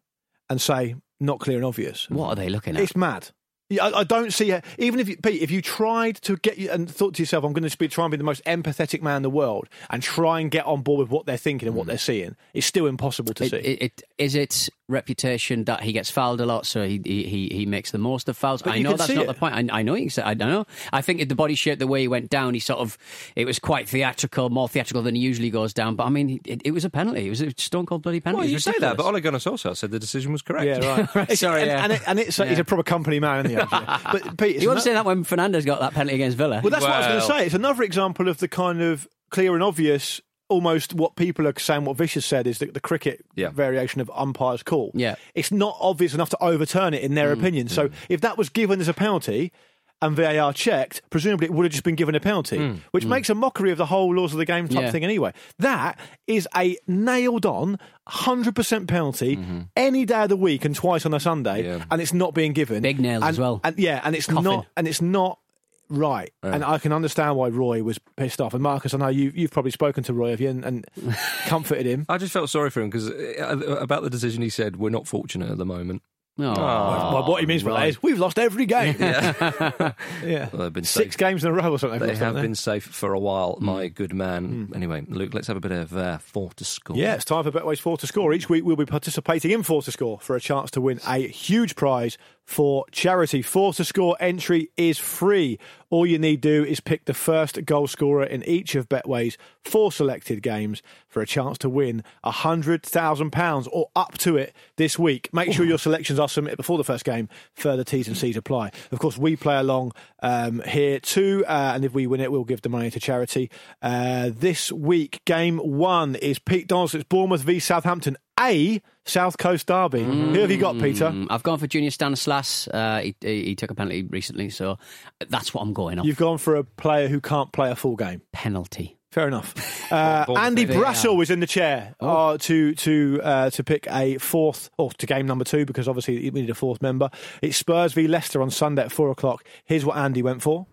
[SPEAKER 2] and say, not clear and obvious,
[SPEAKER 3] What are they looking at?
[SPEAKER 2] it's mad. Yeah, I, I don't see it. Even if you, Pete, if you tried to get you and thought to yourself, I'm going to be, try and be the most empathetic man in the world and try and get on board with what they're thinking and what they're seeing, it's still impossible to
[SPEAKER 3] Mm. It-
[SPEAKER 2] see.
[SPEAKER 3] it- it- is it reputation that he gets fouled a lot, so he he, he- he makes the most of fouls.
[SPEAKER 2] But
[SPEAKER 3] I
[SPEAKER 2] you
[SPEAKER 3] know
[SPEAKER 2] can
[SPEAKER 3] that's
[SPEAKER 2] see
[SPEAKER 3] not
[SPEAKER 2] it.
[SPEAKER 3] the point. I, I know you can say, I don't know. I think the body shape, the way he went down, he sort of it was quite theatrical, more theatrical than he usually goes down. But I mean, it, it was a penalty. It was a stone cold bloody penalty.
[SPEAKER 1] Well,
[SPEAKER 3] It
[SPEAKER 1] you
[SPEAKER 3] was
[SPEAKER 1] say that, but
[SPEAKER 3] ridiculous.
[SPEAKER 1] Ole Gunnar Solskjaer said the decision was correct.
[SPEAKER 2] Yeah, right. It's-
[SPEAKER 3] Sorry,
[SPEAKER 2] and,
[SPEAKER 3] yeah.
[SPEAKER 2] and, it, and it's, he's a proper company man, isn't he? Andrea? but Pete, it's ano-
[SPEAKER 3] you want to say that when Fernandez got that penalty against Villa?
[SPEAKER 2] Well, that's what I was
[SPEAKER 1] Well-
[SPEAKER 2] going to say. It's another example of the kind of clear and obvious, almost what people are saying. What Vicious said is that the cricket
[SPEAKER 1] Yeah.
[SPEAKER 2] variation of umpire's call.
[SPEAKER 3] Yeah. Mm.
[SPEAKER 2] it's not obvious enough to overturn it in their opinion. So if that was given as a penalty. And VAR checked, presumably it would have just been given a penalty, which makes a mockery of the whole laws of the game type
[SPEAKER 3] Mm. Yeah.
[SPEAKER 2] thing anyway. That is a nailed on 100% penalty
[SPEAKER 3] Mm-hmm.
[SPEAKER 2] any day of the week and twice on a Sunday,
[SPEAKER 1] Yeah.
[SPEAKER 2] and it's not being given.
[SPEAKER 3] Big nails
[SPEAKER 2] And-
[SPEAKER 3] as well.
[SPEAKER 2] And yeah, and it's
[SPEAKER 3] Coffin.
[SPEAKER 2] not and it's not right. And I can understand why Roy was pissed off. And Marcus, I know you, you've probably spoken to Roy, have you, and, and comforted him.
[SPEAKER 1] I just felt sorry for him because about the decision he said, we're not fortunate at the moment.
[SPEAKER 3] No.
[SPEAKER 1] Oh,
[SPEAKER 2] well, what he means by that is we've lost every game. Yeah,
[SPEAKER 1] Well, they've been
[SPEAKER 2] six
[SPEAKER 1] safe.
[SPEAKER 2] games in a row or something.
[SPEAKER 1] They
[SPEAKER 2] haven't
[SPEAKER 1] have been safe for a
[SPEAKER 2] Hmm.
[SPEAKER 1] while, my good man. Anyway, Luke, let's have a bit of uh, four to score.
[SPEAKER 2] Yeah, it's time for Betway's Four to Score. Each week we'll be participating in Four to Score for a chance to win a huge prize for charity. Four to Score entry is free. All you need to do is pick the first goal scorer in each of Betway's four selected games for a chance to win £100,000 or up to it this week. Make sure your selections are submitted before the first game. Further T's and C's apply. Of course, we play along um, here too, uh, and if we win it, we'll give the money to charity. Uh, this week, game one is Pete Donaldson's Bournemouth v Southampton, a South Coast derby. Who have you got, Peter?
[SPEAKER 3] Mm, I've gone for Junior Stanislas. Uh, he, he, he took a penalty recently, so that's what I'm going on.
[SPEAKER 2] You've gone for a player who can't play a full game.
[SPEAKER 3] penalty.
[SPEAKER 2] Fair enough. Uh,
[SPEAKER 1] Bournemouth
[SPEAKER 2] Andy
[SPEAKER 3] favourite.
[SPEAKER 2] Brassel was in the chair
[SPEAKER 1] Oh.
[SPEAKER 2] uh, to to uh, to pick a fourth or to game number two because obviously we need a fourth member. It's Spurs v Leicester on Sunday at four o'clock. Here's what Andy went for.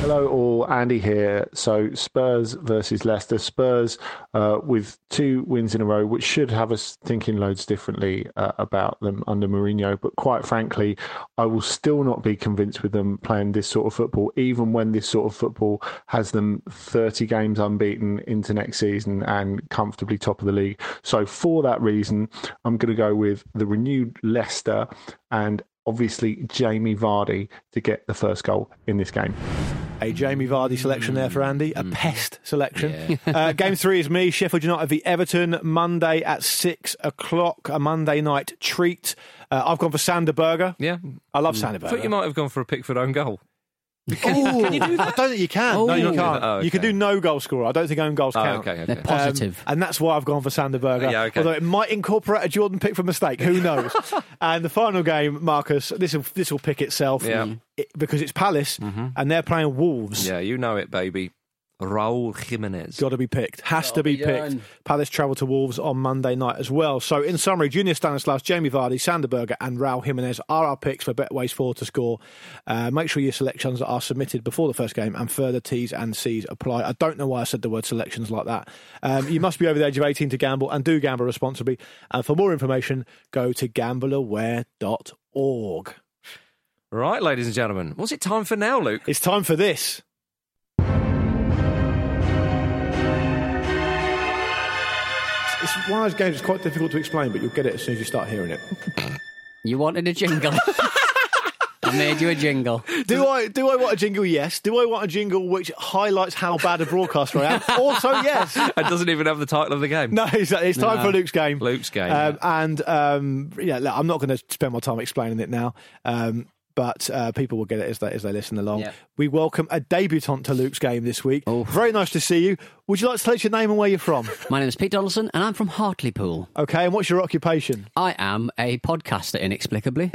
[SPEAKER 4] Hello, all. Andy here. So Spurs versus Leicester. Spurs uh, with two wins in a row, which should have us thinking loads differently uh, about them under Mourinho. But quite frankly, I will still not be convinced with them playing this sort of football, even when this sort of football has them 30 games unbeaten into next season and comfortably top of the league. So for that reason, I'm going to go with the renewed Leicester and. Obviously, Jamie Vardy to get the first goal in this game.
[SPEAKER 2] A Jamie Vardy selection there
[SPEAKER 1] Mm.
[SPEAKER 2] for Andy, a pest selection. uh, game three is me, Sheffield United v Everton, Monday at six o'clock, a Monday night treat. Uh, I've gone for Sanderberger.
[SPEAKER 1] Yeah.
[SPEAKER 2] I love
[SPEAKER 1] I thought you
[SPEAKER 2] Sanderberger.
[SPEAKER 1] might have gone for a Pickford own goal.
[SPEAKER 2] Ooh, I don't think you can. No, you
[SPEAKER 1] Ooh.
[SPEAKER 2] can't.
[SPEAKER 1] Oh, okay.
[SPEAKER 2] You can do no goal scorer. I don't think own goals
[SPEAKER 1] Oh,
[SPEAKER 2] count.
[SPEAKER 1] okay,
[SPEAKER 3] They're
[SPEAKER 1] okay.
[SPEAKER 2] Um,
[SPEAKER 3] positive.
[SPEAKER 2] and that's why I've gone for Sanderberger.
[SPEAKER 1] Yeah, okay.
[SPEAKER 2] Although it might incorporate a Jordan Pickford mistake. Who knows? and the final game, Marcus, this will, this will pick itself
[SPEAKER 1] Yeah.
[SPEAKER 3] Mm.
[SPEAKER 2] It- because it's Palace and they're playing Wolves.
[SPEAKER 1] Mm-hmm. yeah, you know it, baby. Raul Jimenez.
[SPEAKER 2] Got to be picked. Has to be
[SPEAKER 3] be
[SPEAKER 2] picked.
[SPEAKER 3] done.
[SPEAKER 2] Palace travel to Wolves on Monday night as well. So, in summary, Junior Stanislas, Jamie Vardy, Sanderberger, and Raul Jimenez are our picks for Betway's four to score. Uh, make sure your selections are submitted before the first game, and further T's and C's apply. I don't know why I said the word selections like that. Um, you must be over the age of 18 to gamble, and do gamble responsibly. And for more information, go to gambleaware.org.
[SPEAKER 1] Right, ladies and gentlemen. What's it time for now, Luke?
[SPEAKER 2] It's time for this. It's one of those games that's quite difficult to explain, but you'll get it as soon as you start hearing it.
[SPEAKER 3] You wanted a jingle. I made you a jingle.
[SPEAKER 2] Do I do I want a jingle? Yes. Do I want a jingle which highlights how bad a broadcaster I am? also, yes.
[SPEAKER 1] It doesn't even have the title of the game.
[SPEAKER 2] No, it's, it's time for Luke's game.
[SPEAKER 1] Luke's game.
[SPEAKER 2] Um, and um, yeah, look, I'm not going to spend my time explaining it now. Um, but uh, people will get it as they, as they listen along.
[SPEAKER 3] Yeah.
[SPEAKER 2] We welcome a debutant to Luke's game this week. Very nice to see you. Would you like to tell us your name and where you're from?
[SPEAKER 3] My name is Pete Donaldson, and I'm from Hartlepool.
[SPEAKER 2] Okay, and what's your occupation?
[SPEAKER 3] I am a podcaster, inexplicably,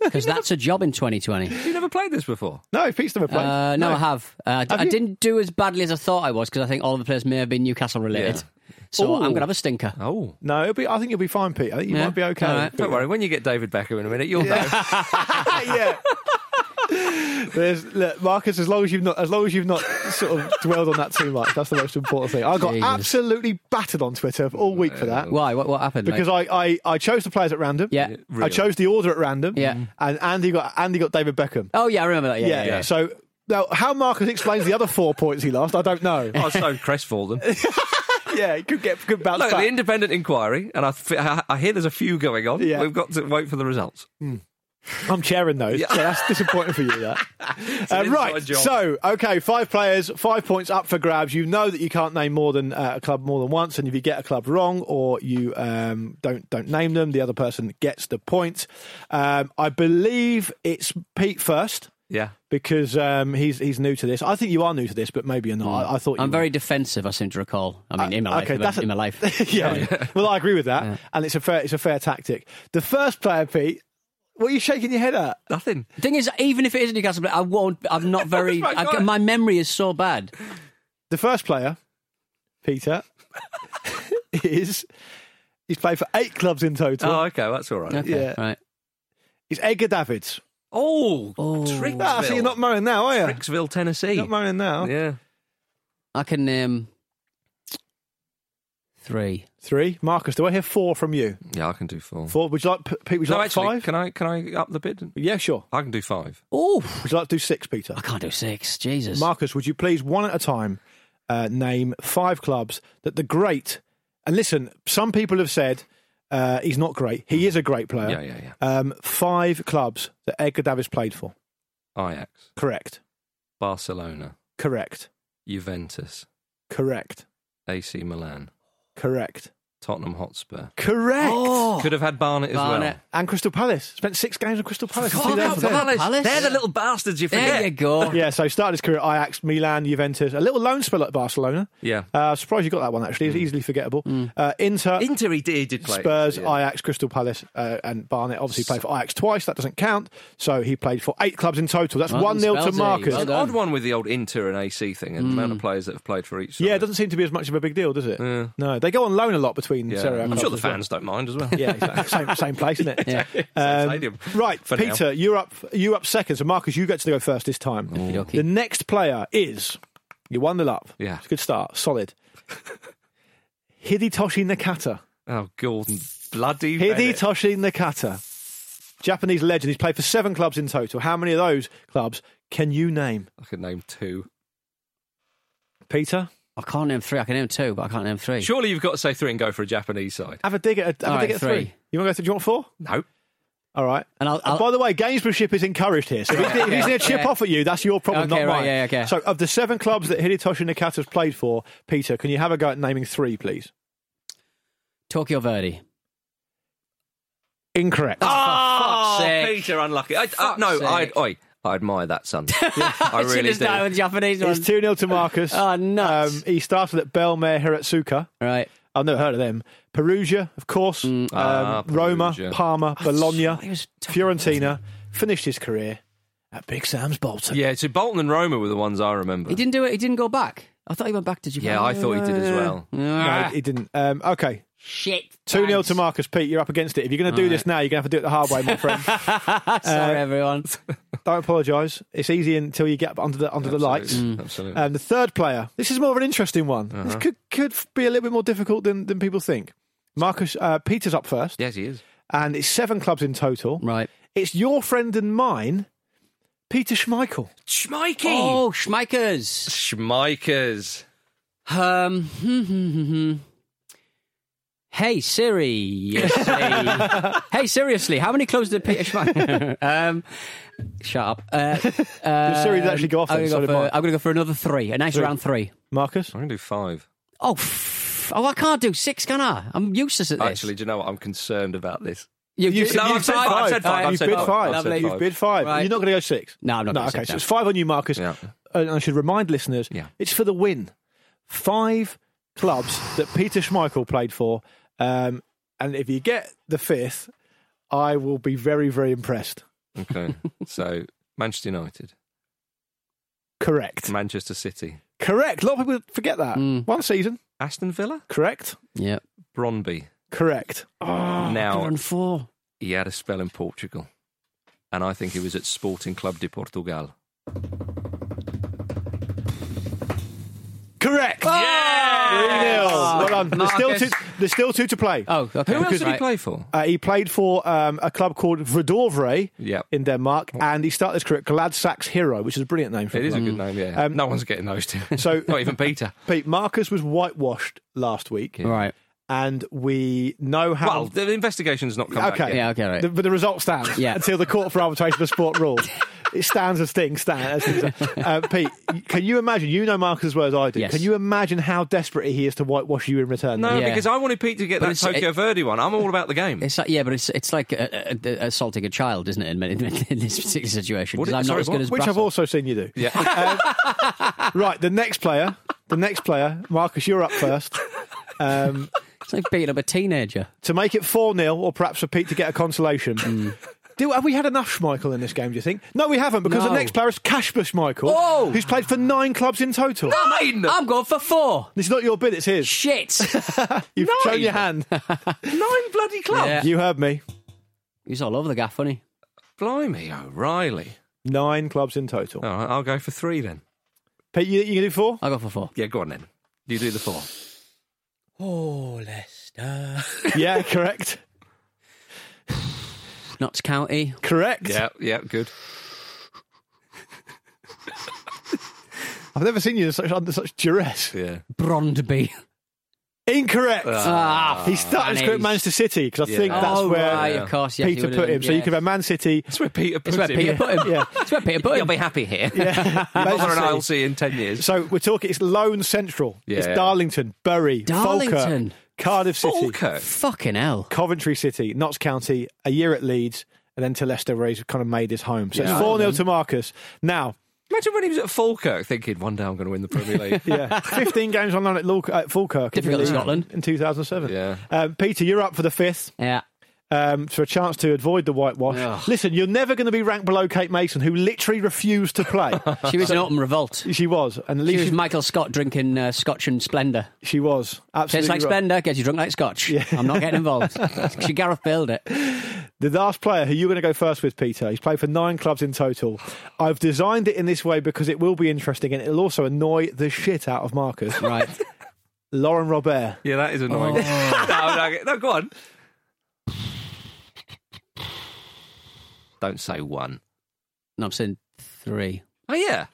[SPEAKER 3] because that's a job in 2020.
[SPEAKER 1] You never played this before.
[SPEAKER 2] No, Pete's never played.
[SPEAKER 3] Uh, no, I have. Uh, I
[SPEAKER 2] you?
[SPEAKER 3] didn't do as badly as I thought I was because I think all of the players may have been Newcastle related. So I'm going to have a stinker.
[SPEAKER 1] Oh.
[SPEAKER 2] No, it'll be, I think you'll be fine, Pete. I think you
[SPEAKER 3] Yeah?
[SPEAKER 2] might be okay.
[SPEAKER 3] All right.
[SPEAKER 1] Don't worry, when you get David Beckham in a minute, you'll know.
[SPEAKER 2] yeah. There's, look, Marcus, as long as you've not, as long as you've not sort of dwelled on that too much, that's the most important thing. I got
[SPEAKER 3] Jesus.
[SPEAKER 2] absolutely battered on Twitter all week for that.
[SPEAKER 3] Why? What, what happened?
[SPEAKER 2] because
[SPEAKER 3] Like,
[SPEAKER 2] I, I, I chose the players at random.
[SPEAKER 3] Yeah. Yeah,
[SPEAKER 1] really. Mm-hmm.
[SPEAKER 2] I chose the order at random.
[SPEAKER 3] Yeah.
[SPEAKER 2] And Andy got Andy got David Beckham.
[SPEAKER 3] oh, yeah, I remember that. Yeah, yeah, yeah.
[SPEAKER 2] So now how Marcus explains the other four points he lost, I don't know.
[SPEAKER 1] I was so crestfallen.
[SPEAKER 2] yeah, it could get could bounce
[SPEAKER 1] Look,
[SPEAKER 2] back.
[SPEAKER 1] the independent inquiry, and I, f- I hear there's a few going on.
[SPEAKER 2] Yeah.
[SPEAKER 1] We've got to wait for the results.
[SPEAKER 2] I'm chairing those, so that's disappointing for you. That uh,
[SPEAKER 1] an
[SPEAKER 2] right.
[SPEAKER 1] inside job.
[SPEAKER 2] So okay, five players, five points up for grabs. You know that you can't name more than uh, a club more than once, and if you get a club wrong or you um, don't don't name them, the other person gets the point. Um, I believe it's Pete first
[SPEAKER 1] Yeah.
[SPEAKER 2] because um, he's he's new to this. I think you are new to this, but maybe you're not. I, I thought you
[SPEAKER 3] Mm. I'm
[SPEAKER 2] were.
[SPEAKER 3] very defensive, I seem to recall. I mean, in my
[SPEAKER 2] Uh,
[SPEAKER 3] life.
[SPEAKER 2] okay,
[SPEAKER 3] in,
[SPEAKER 2] that's
[SPEAKER 3] my,
[SPEAKER 2] a-
[SPEAKER 3] in my life.
[SPEAKER 2] yeah. Well, I agree with that, and it's a fair it's a fair tactic. The first player, Pete. What are you shaking your head at?
[SPEAKER 1] Nothing.
[SPEAKER 3] Thing is, even if it is a Newcastle player, I won't. I'm not very.
[SPEAKER 1] my
[SPEAKER 3] I,
[SPEAKER 1] God.
[SPEAKER 3] my memory is so bad.
[SPEAKER 2] The first player, Peter, is he's played for eight clubs in total.
[SPEAKER 1] Oh, okay. That's all right.
[SPEAKER 3] Okay,
[SPEAKER 2] Yeah.
[SPEAKER 3] right.
[SPEAKER 2] It's Edgar Davids.
[SPEAKER 1] Oh,
[SPEAKER 3] Oh.
[SPEAKER 1] Tricksville.
[SPEAKER 2] Ah, so you're not moaning now, are you?
[SPEAKER 1] Tricksville, Tennessee.
[SPEAKER 2] You're not moaning now.
[SPEAKER 1] yeah.
[SPEAKER 3] I can name three.
[SPEAKER 2] Three, Marcus. Do I hear four from you?
[SPEAKER 1] Yeah, I can do four.
[SPEAKER 2] Four. Would you like P- Pete? Would you
[SPEAKER 1] no,
[SPEAKER 2] like
[SPEAKER 1] actually,
[SPEAKER 2] five?
[SPEAKER 1] can I can I up the bid?
[SPEAKER 2] Yeah, sure.
[SPEAKER 1] I can do five.
[SPEAKER 3] Oh,
[SPEAKER 2] Would you like to do six, Peter?
[SPEAKER 3] I can't do six. Jesus.
[SPEAKER 2] Marcus, would you please one at a time uh, name five clubs that the great and listen? Some people have said uh, he's not great. He is a great player.
[SPEAKER 1] Yeah, yeah, yeah.
[SPEAKER 2] Um, five clubs that Edgar Davids played for.
[SPEAKER 1] Ajax,
[SPEAKER 2] Correct.
[SPEAKER 1] Barcelona,
[SPEAKER 2] Correct.
[SPEAKER 1] Juventus,
[SPEAKER 2] Correct.
[SPEAKER 1] AC Milan,
[SPEAKER 2] Correct.
[SPEAKER 1] Tottenham Hotspur.
[SPEAKER 2] Correct.
[SPEAKER 3] Oh.
[SPEAKER 1] Could have had Barnet as
[SPEAKER 3] Barnet.
[SPEAKER 2] And Crystal Palace spent six games with Crystal Palace.
[SPEAKER 1] well.
[SPEAKER 2] Two there
[SPEAKER 1] Barnet,
[SPEAKER 2] for them.
[SPEAKER 1] Barnet.
[SPEAKER 3] Palace.
[SPEAKER 1] They're the little bastards you
[SPEAKER 3] there
[SPEAKER 1] forget.
[SPEAKER 3] you go.
[SPEAKER 2] Yeah, so he started his career at Ajax, Milan, Juventus. A little loan spell at Barcelona.
[SPEAKER 1] Yeah.
[SPEAKER 2] Uh, surprised you got that one. Actually, it's easily forgettable. Uh, Inter,
[SPEAKER 1] Inter, he did, he did play.
[SPEAKER 2] Spurs,
[SPEAKER 1] Yeah.
[SPEAKER 2] Ajax, Crystal Palace, uh, and Barnett obviously played for Ajax twice. That doesn't count. So he played for eight clubs in total. That's
[SPEAKER 3] Well
[SPEAKER 2] one 0 to
[SPEAKER 3] done, Spelzy.
[SPEAKER 2] Marcus.
[SPEAKER 3] Well
[SPEAKER 1] It's an
[SPEAKER 3] done.
[SPEAKER 1] odd one with the old Inter and AC thing and the amount of Mm. players that have played for each.
[SPEAKER 2] yeah, it
[SPEAKER 1] side.
[SPEAKER 2] doesn't seem to be as much of a big deal, does it?
[SPEAKER 1] Yeah.
[SPEAKER 2] No, they go on loan a lot between
[SPEAKER 1] Yeah.
[SPEAKER 2] Serie A
[SPEAKER 1] I'm
[SPEAKER 2] clubs
[SPEAKER 1] sure the
[SPEAKER 2] as well.
[SPEAKER 1] fans don't mind as well.
[SPEAKER 2] Yeah, exactly. same, same place, isn't it?
[SPEAKER 3] Yeah.
[SPEAKER 2] Um,
[SPEAKER 1] stadium.
[SPEAKER 2] right,
[SPEAKER 1] For now.
[SPEAKER 2] Peter, you're up. You're up second. So Marcus, you get to go first this time.
[SPEAKER 3] Okey-dokey.
[SPEAKER 2] The next player is you one nil up.
[SPEAKER 1] Oh. Yeah.
[SPEAKER 2] it's a good start. Solid. Hidetoshi Nakata.
[SPEAKER 1] Oh, Gordon, bloody Bennett.
[SPEAKER 2] Hidetoshi Nakata, Japanese legend. He's played for seven clubs in total. How many of those clubs can you name,
[SPEAKER 1] I could name two.
[SPEAKER 2] Peter?
[SPEAKER 3] I can't name three. I can name two, but I can't name three.
[SPEAKER 1] Surely you've got to say three and go for a Japanese side.
[SPEAKER 2] Have a dig at a, have
[SPEAKER 3] All
[SPEAKER 2] a dig
[SPEAKER 3] right,
[SPEAKER 2] at three.
[SPEAKER 3] three.
[SPEAKER 2] You want to go through? Do you want four?
[SPEAKER 1] No.
[SPEAKER 2] All right.
[SPEAKER 3] And I'll-
[SPEAKER 2] Uh,
[SPEAKER 3] I'll-
[SPEAKER 2] by the way, gamesmanship is encouraged here. So if, he's- if he's going to chip
[SPEAKER 3] yeah.
[SPEAKER 2] off at you, that's your problem,
[SPEAKER 3] Okay,
[SPEAKER 2] not
[SPEAKER 3] right,
[SPEAKER 2] mine.
[SPEAKER 3] yeah, okay.
[SPEAKER 2] So of the seven clubs that Hidetoshi Nakata's played for, Peter, can you have a go at naming three, please?
[SPEAKER 3] Tokyo Verdy.
[SPEAKER 2] Incorrect.
[SPEAKER 1] Oh,
[SPEAKER 3] fuck's sake.
[SPEAKER 1] Peter, unlucky. I, uh, no,
[SPEAKER 3] sake.
[SPEAKER 1] I, oi, I admire that son. I
[SPEAKER 3] Should
[SPEAKER 1] really
[SPEAKER 3] have started
[SPEAKER 1] do.
[SPEAKER 3] with Japanese
[SPEAKER 2] It's 2
[SPEAKER 3] one.
[SPEAKER 2] 0 to Marcus. Um,
[SPEAKER 3] Oh, nuts.
[SPEAKER 1] Um,
[SPEAKER 2] he started at Belmare Hiratsuka.
[SPEAKER 3] right.
[SPEAKER 2] I've never heard of them. Perugia, of course. um,
[SPEAKER 1] ah,
[SPEAKER 2] Roma,
[SPEAKER 1] Perugia.
[SPEAKER 2] Parma,
[SPEAKER 3] Oh, he
[SPEAKER 2] Bologna,
[SPEAKER 3] was-
[SPEAKER 2] Fiorentina. Finished his career at Big Sam's Bolton.
[SPEAKER 1] Yeah, so Bolton and Roma were the ones I remember.
[SPEAKER 3] He didn't do it. He didn't go back. I thought he went back to Japan.
[SPEAKER 1] Yeah, I thought he did as well.
[SPEAKER 2] No,
[SPEAKER 3] Ah,
[SPEAKER 2] he didn't. Um, okay,
[SPEAKER 3] Shit.
[SPEAKER 2] 2 0
[SPEAKER 3] Thanks.
[SPEAKER 2] to Marcus. Pete, you're up against it. If you're going to do this now, you're going to have to do it the hard way, my friend.
[SPEAKER 1] Uh,
[SPEAKER 3] Sorry, everyone.
[SPEAKER 2] Don't apologise. It's easy until you get up under the under the lights.
[SPEAKER 1] Absolutely. Mm.
[SPEAKER 2] Um, the third player. This is more of an interesting one. This
[SPEAKER 1] Uh-huh.
[SPEAKER 2] could could be a little bit more difficult than, than people think. Marcus uh, Peters up first,
[SPEAKER 1] yes, he is.
[SPEAKER 2] and it's seven clubs in total.
[SPEAKER 1] Mm.
[SPEAKER 3] Right.
[SPEAKER 2] It's your friend and mine, Peter Schmeichel.
[SPEAKER 1] Schmeikey.
[SPEAKER 3] Oh, Schmeikers.
[SPEAKER 1] Schmeikers.
[SPEAKER 3] Um. hey Siri. hey, seriously, how many clubs did Peter Schmeichel? um, shut up. Uh,
[SPEAKER 2] Your series actually go off.
[SPEAKER 3] I'm
[SPEAKER 2] Then,
[SPEAKER 3] gonna
[SPEAKER 2] so
[SPEAKER 3] go,
[SPEAKER 2] did
[SPEAKER 3] for,
[SPEAKER 2] mine.
[SPEAKER 3] I'm gonna go for another three. A nice round three.
[SPEAKER 2] Marcus.
[SPEAKER 1] I'm going to do five.
[SPEAKER 3] Oh, f- oh, I can't do six, can I? I'm useless at this.
[SPEAKER 1] Actually, do you know what? I'm concerned about this.
[SPEAKER 3] you,
[SPEAKER 2] You
[SPEAKER 3] you,
[SPEAKER 2] said-
[SPEAKER 1] No,
[SPEAKER 2] you've
[SPEAKER 1] I've
[SPEAKER 2] said
[SPEAKER 1] said five.
[SPEAKER 2] five.
[SPEAKER 1] I've said five. I've
[SPEAKER 3] Uh,
[SPEAKER 2] You've
[SPEAKER 1] said
[SPEAKER 2] bid
[SPEAKER 1] five.
[SPEAKER 2] five.
[SPEAKER 1] I've said
[SPEAKER 3] Lovely.
[SPEAKER 2] You've
[SPEAKER 1] five.
[SPEAKER 2] bid five.
[SPEAKER 3] Right.
[SPEAKER 2] You're not going to go six.
[SPEAKER 3] No, I'm not
[SPEAKER 2] No,
[SPEAKER 3] gonna
[SPEAKER 2] okay.
[SPEAKER 3] say
[SPEAKER 2] So
[SPEAKER 3] that.
[SPEAKER 2] it's five on you, Marcus. Uh,
[SPEAKER 1] Yeah.
[SPEAKER 2] And I should remind listeners,
[SPEAKER 1] Yeah.
[SPEAKER 2] it's for the win. Five clubs that Peter Schmeichel played for. Um, and if you get the fifth, I will be very, very impressed.
[SPEAKER 1] Okay. so, Manchester United,
[SPEAKER 2] Correct.
[SPEAKER 1] Manchester City,
[SPEAKER 2] Correct. A lot of people forget that.
[SPEAKER 3] Mm.
[SPEAKER 2] One season.
[SPEAKER 1] Aston Villa,
[SPEAKER 2] Correct.
[SPEAKER 3] yeah.
[SPEAKER 1] Bronby.
[SPEAKER 2] Correct.
[SPEAKER 1] now,
[SPEAKER 3] Run four.
[SPEAKER 1] he had a spell in Portugal, and I think he was at Sporting Club de Portugal.
[SPEAKER 2] Correct.
[SPEAKER 3] Yeah.
[SPEAKER 2] 3-0. Well done. There's still,
[SPEAKER 5] Marcus.
[SPEAKER 2] two, there's still two to play.
[SPEAKER 3] Oh, okay.
[SPEAKER 1] Who else did he
[SPEAKER 3] Right.
[SPEAKER 1] play for?
[SPEAKER 2] Uh, he played for um, a club called Vredovre
[SPEAKER 1] Yep.
[SPEAKER 2] in Denmark, and he started his career at Gladsaxe Hero, which is a brilliant name for
[SPEAKER 1] It
[SPEAKER 2] a
[SPEAKER 1] is a
[SPEAKER 2] club.
[SPEAKER 1] good name, yeah.
[SPEAKER 2] Um,
[SPEAKER 1] no one's getting those two.
[SPEAKER 2] So-
[SPEAKER 1] not even Peter.
[SPEAKER 2] Mm. Pete, Marcus was whitewashed last week,
[SPEAKER 3] Right.
[SPEAKER 2] and we know how.
[SPEAKER 1] Well, the investigation's not come back
[SPEAKER 2] okay,
[SPEAKER 1] yet.
[SPEAKER 3] Yeah, okay, right.
[SPEAKER 2] The- but the result stands
[SPEAKER 3] Yeah.
[SPEAKER 2] until the Court for Arbitration of Sport rules. It stands as things stand. As things stand. Uh, Pete, can you imagine? You know Marcus as well as I do.
[SPEAKER 3] Yes.
[SPEAKER 2] Can you imagine how desperate he is to whitewash you in return?
[SPEAKER 1] No,
[SPEAKER 3] Yeah.
[SPEAKER 1] because I wanted Pete to get
[SPEAKER 3] But
[SPEAKER 1] that
[SPEAKER 3] it's-
[SPEAKER 1] Tokyo
[SPEAKER 3] it-
[SPEAKER 1] Verde one. I'm all about the game.
[SPEAKER 3] It's like, yeah, but it's it's like uh, uh, uh, assaulting a child, isn't it? In, in, in this particular situation,
[SPEAKER 1] What
[SPEAKER 3] 'Cause
[SPEAKER 1] did-
[SPEAKER 3] I'm
[SPEAKER 1] sorry,
[SPEAKER 3] not as
[SPEAKER 1] what?
[SPEAKER 3] good as
[SPEAKER 2] Which I've
[SPEAKER 3] Brassel.
[SPEAKER 2] also seen you do.
[SPEAKER 1] yeah.
[SPEAKER 2] Right, the next player, the next player, Marcus, you're up first. Um,
[SPEAKER 3] It's like beating up a teenager.
[SPEAKER 2] to make it 4 0, or perhaps for Pete to get a consolation.
[SPEAKER 1] Hmm.
[SPEAKER 2] Do, have we had enough Schmeichel in this game, do you think? No, we haven't, because
[SPEAKER 3] No.
[SPEAKER 2] the next player is Kasper Schmeichel,
[SPEAKER 1] Oh!
[SPEAKER 3] Whoa!
[SPEAKER 2] who's played for nine clubs in total.
[SPEAKER 1] Nine!
[SPEAKER 3] I'm going for four.
[SPEAKER 2] This is not your bid, it's his.
[SPEAKER 3] Shit.
[SPEAKER 2] You've
[SPEAKER 1] Nine!
[SPEAKER 2] shown your hand.
[SPEAKER 1] Nine bloody clubs!
[SPEAKER 3] Yeah.
[SPEAKER 2] You heard me.
[SPEAKER 3] He's all over the gaff, wasn't he?
[SPEAKER 1] Blimey, O'Reilly.
[SPEAKER 2] Nine clubs in total.
[SPEAKER 1] All right, I'll go for three then.
[SPEAKER 2] Pete, you, you can do four?
[SPEAKER 3] I'll go for four.
[SPEAKER 1] Yeah, go on then. You do the four.
[SPEAKER 3] Oh, Leicester.
[SPEAKER 2] yeah, correct.
[SPEAKER 3] Notts County.
[SPEAKER 2] Correct.
[SPEAKER 1] Yeah, yeah, good.
[SPEAKER 2] I've never seen you in such, under such duress.
[SPEAKER 1] Yeah.
[SPEAKER 3] Brondby.
[SPEAKER 2] Incorrect.
[SPEAKER 3] Ah,
[SPEAKER 2] he started his career at
[SPEAKER 3] Manny's.
[SPEAKER 2] Manchester City, because I
[SPEAKER 1] Yeah.
[SPEAKER 2] think that's
[SPEAKER 3] oh,
[SPEAKER 2] where
[SPEAKER 3] right, of course. Yes, he
[SPEAKER 2] Peter
[SPEAKER 3] would
[SPEAKER 2] put
[SPEAKER 3] have
[SPEAKER 2] him.
[SPEAKER 3] done,
[SPEAKER 2] So you
[SPEAKER 3] yes.
[SPEAKER 2] could have Man City.
[SPEAKER 1] That's where Peter
[SPEAKER 3] It's
[SPEAKER 1] puts
[SPEAKER 3] where
[SPEAKER 1] him.
[SPEAKER 3] Peter put him.
[SPEAKER 2] Yeah.
[SPEAKER 3] It's where Peter put
[SPEAKER 1] You'll
[SPEAKER 3] him.
[SPEAKER 1] be happy here.
[SPEAKER 2] Yeah.
[SPEAKER 1] Not
[SPEAKER 2] Manchester
[SPEAKER 1] on an
[SPEAKER 2] City.
[SPEAKER 1] ILC in 10 years.
[SPEAKER 2] So we're talking. It's Lone Central.
[SPEAKER 1] Yeah.
[SPEAKER 2] It's Darlington, Bury,
[SPEAKER 3] Darlington.
[SPEAKER 2] Falkirk, Cardiff City,
[SPEAKER 1] Falkirk.
[SPEAKER 3] Fucking hell.
[SPEAKER 2] Coventry City, Notts County. A year at Leeds, and then to Leicester, where he's kind of made his home. So
[SPEAKER 1] Yeah.
[SPEAKER 2] it's four 0 to Marcus. Now,
[SPEAKER 1] Imagine when he was at Falkirk thinking, one day I'm going to win the Premier League.
[SPEAKER 2] yeah, fifteen games on loan at Lul- at Falkirk. in the
[SPEAKER 3] Difficult
[SPEAKER 2] league
[SPEAKER 3] Scotland.
[SPEAKER 2] in two thousand seven.
[SPEAKER 1] Yeah.
[SPEAKER 2] Um, Peter, you're up for the fifth
[SPEAKER 3] Yeah.
[SPEAKER 2] um, for a chance to avoid the whitewash.
[SPEAKER 3] Ugh.
[SPEAKER 2] Listen, you're never going to be ranked below Kate Mason, who literally refused to play.
[SPEAKER 3] She was an open revolt.
[SPEAKER 2] she was, and at
[SPEAKER 3] She
[SPEAKER 2] least
[SPEAKER 3] was Michael Scott drinking uh, scotch and Splendor.
[SPEAKER 2] she was absolutely
[SPEAKER 3] Tastes like
[SPEAKER 2] right.
[SPEAKER 3] Splendor, gets you drunk like scotch. I'm not getting involved. she Gareth Bale it.
[SPEAKER 2] The last player who you're going to go first with, Peter, he's played for nine clubs in total. I've designed it in this way because it will be interesting and it'll also annoy the shit out of Marcus.
[SPEAKER 3] Right.
[SPEAKER 2] Lauren Robert.
[SPEAKER 1] Yeah, that is annoying.
[SPEAKER 2] Oh.
[SPEAKER 1] no, no, no, go on. Don't say one.
[SPEAKER 3] No, I'm saying three.
[SPEAKER 1] Oh, yeah.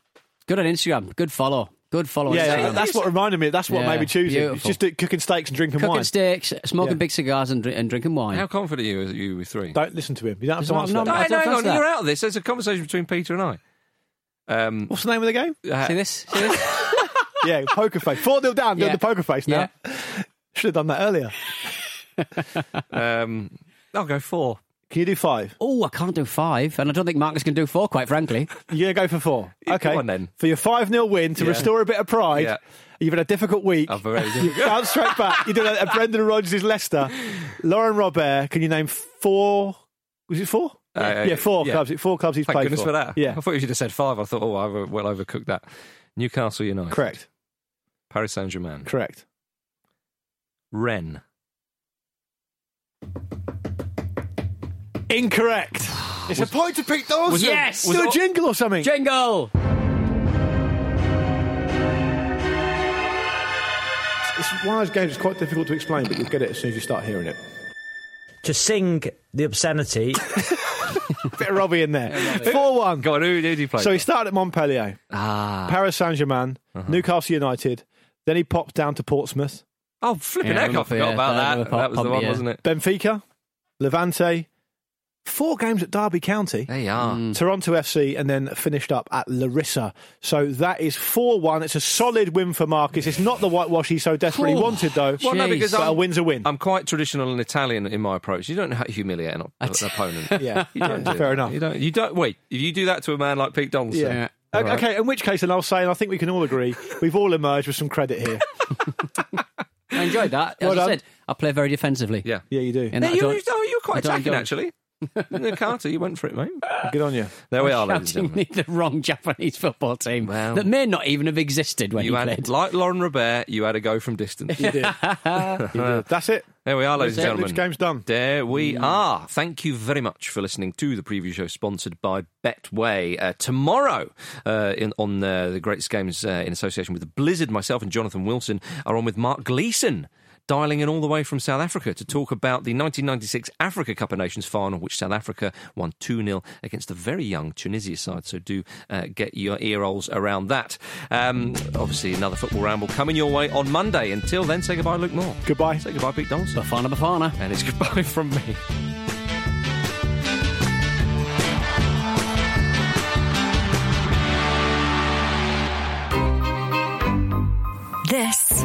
[SPEAKER 3] Good on Instagram. Good follow. Good follow on
[SPEAKER 2] Yeah,
[SPEAKER 3] Instagram.
[SPEAKER 2] yeah, that's what reminded me. That's what
[SPEAKER 3] Yeah,
[SPEAKER 2] made me choose it. It's
[SPEAKER 3] beautiful.
[SPEAKER 2] just that cooking steaks and drinking
[SPEAKER 3] Cooking
[SPEAKER 2] wine.
[SPEAKER 3] steaks, smoking
[SPEAKER 2] Yeah.
[SPEAKER 3] big cigars, and, dri- and drinking wine.
[SPEAKER 1] How confident are you, you with three?
[SPEAKER 2] Don't listen to him. You don't have to
[SPEAKER 3] No,
[SPEAKER 2] answer
[SPEAKER 3] no,
[SPEAKER 2] that.
[SPEAKER 1] No,
[SPEAKER 3] I
[SPEAKER 1] no,
[SPEAKER 3] don't
[SPEAKER 1] hang
[SPEAKER 3] trust
[SPEAKER 1] on,
[SPEAKER 3] that.
[SPEAKER 1] you're out of this. There's a conversation between Peter and I. Um,
[SPEAKER 2] What's the name of the game?
[SPEAKER 1] uh,
[SPEAKER 3] See this? See this?
[SPEAKER 2] yeah, poker face. 4 0 down, doing
[SPEAKER 3] Yeah.
[SPEAKER 2] the poker face now. Should have done that earlier.
[SPEAKER 1] um, I'll go four.
[SPEAKER 2] Can you do five?
[SPEAKER 3] oh, I can't do five, and I don't think Marcus can do four. Quite frankly,
[SPEAKER 2] You're going to go for four.
[SPEAKER 1] Yeah,
[SPEAKER 2] Okay.
[SPEAKER 1] come on then.
[SPEAKER 2] For your 5 0 win to
[SPEAKER 1] Yeah.
[SPEAKER 2] restore a bit of pride.
[SPEAKER 1] Yeah. Oh,
[SPEAKER 2] You've had a difficult week.
[SPEAKER 1] I've already
[SPEAKER 2] Bounce straight back. You did a, a Brendan Rodgers is Leicester. Lauren Robert, can you name four? Was it four?
[SPEAKER 1] Uh,
[SPEAKER 2] yeah, four
[SPEAKER 1] yeah.
[SPEAKER 2] clubs. Four clubs he's
[SPEAKER 1] Thank
[SPEAKER 2] played
[SPEAKER 1] goodness for. that.
[SPEAKER 2] Yeah,
[SPEAKER 1] I thought you should have said five. I thought, oh, I've well overcooked that. Newcastle United.
[SPEAKER 2] correct,
[SPEAKER 1] Paris Saint Germain.
[SPEAKER 2] correct.
[SPEAKER 1] Rennes.
[SPEAKER 2] Incorrect. It's a point to Pete Dawson.
[SPEAKER 1] was it-
[SPEAKER 3] Yes!
[SPEAKER 2] Do a jingle or something.
[SPEAKER 3] jingle.
[SPEAKER 2] it's one of those games. It's quite difficult to explain, but you'll get it as soon as you start hearing it.
[SPEAKER 6] to sing the obscenity
[SPEAKER 2] Bit of Robbie in there. Four one.
[SPEAKER 1] Go on, who, who did you play?
[SPEAKER 2] So he started at Montpellier,
[SPEAKER 1] ah. Uh-huh.
[SPEAKER 2] Paris Saint Germain, Newcastle United. Then he popped down to Portsmouth,
[SPEAKER 1] Oh, flipping
[SPEAKER 3] Yeah, I
[SPEAKER 1] heck, I
[SPEAKER 3] remember,
[SPEAKER 1] forgot
[SPEAKER 3] yeah,
[SPEAKER 1] about
[SPEAKER 3] that-
[SPEAKER 1] that. That was the
[SPEAKER 3] Pompey,
[SPEAKER 1] one,
[SPEAKER 3] yeah.
[SPEAKER 1] wasn't it?
[SPEAKER 2] Benfica, Levante. Four games at Derby County.
[SPEAKER 1] There you are.
[SPEAKER 2] Toronto FC and then finished up at Larissa. So that is 4 1. It's a solid win for Marcus. It's not the whitewash he so desperately
[SPEAKER 3] Ooh.
[SPEAKER 2] wanted, though.
[SPEAKER 1] Well, no, because
[SPEAKER 3] Jeez.
[SPEAKER 2] but a
[SPEAKER 1] I'm,
[SPEAKER 2] win's a win.
[SPEAKER 1] I'm quite traditional and Italian in my approach. You don't know how to humiliate an, op- an opponent.
[SPEAKER 2] yeah,
[SPEAKER 1] You don't do
[SPEAKER 2] fair
[SPEAKER 1] that.
[SPEAKER 2] enough.
[SPEAKER 1] You don't. You don't. Wait, if you do that to a man like Pete Donaldson,
[SPEAKER 2] Yeah.
[SPEAKER 1] uh, All
[SPEAKER 2] O-
[SPEAKER 1] right.
[SPEAKER 2] Okay, in which case, and I'll say, and I think we can all agree, we've all emerged with some credit here.
[SPEAKER 3] I enjoyed that. As
[SPEAKER 2] Well
[SPEAKER 3] I
[SPEAKER 2] done.
[SPEAKER 3] said, I play very defensively.
[SPEAKER 1] yeah.
[SPEAKER 2] Yeah, you do.
[SPEAKER 3] And
[SPEAKER 1] No,
[SPEAKER 3] I
[SPEAKER 1] you,
[SPEAKER 3] don't-
[SPEAKER 1] you, oh, you're quite
[SPEAKER 3] I don't
[SPEAKER 1] attacking
[SPEAKER 3] go-
[SPEAKER 1] actually. the Carter, you went for it, mate.
[SPEAKER 2] Good on you.
[SPEAKER 1] There we are, ladies and
[SPEAKER 3] Shouting
[SPEAKER 1] gentlemen.
[SPEAKER 3] me the wrong Japanese football team
[SPEAKER 1] Well.
[SPEAKER 3] that may not even have existed when
[SPEAKER 1] You
[SPEAKER 3] he
[SPEAKER 1] had,
[SPEAKER 3] played.
[SPEAKER 1] like Lauren Robert, you had a go from distance.
[SPEAKER 2] You did. That's it.
[SPEAKER 1] There we are, Uh, ladies and
[SPEAKER 2] That's it.
[SPEAKER 1] gentlemen.
[SPEAKER 2] This game's done.
[SPEAKER 1] There we are. Thank you very much for listening to the preview show sponsored by Betway. Uh, tomorrow, uh, in, on uh, the Greatest Games uh, in association with the Blizzard, myself and Jonathan Wilson are on with Mark Gleason. Dialing in all the way from South Africa to talk about the 1996 Africa Cup of Nations final, which South Africa won 2 0 against the very young Tunisia side. So do uh, get your ear rolls around that. Um, obviously, another football ramble coming your way on Monday. Until then, say goodbye, Luke Moore.
[SPEAKER 2] Goodbye.
[SPEAKER 1] Say goodbye, Pete Donaldson.
[SPEAKER 3] Bafana Bafana.
[SPEAKER 1] And it's goodbye from me.
[SPEAKER 5] This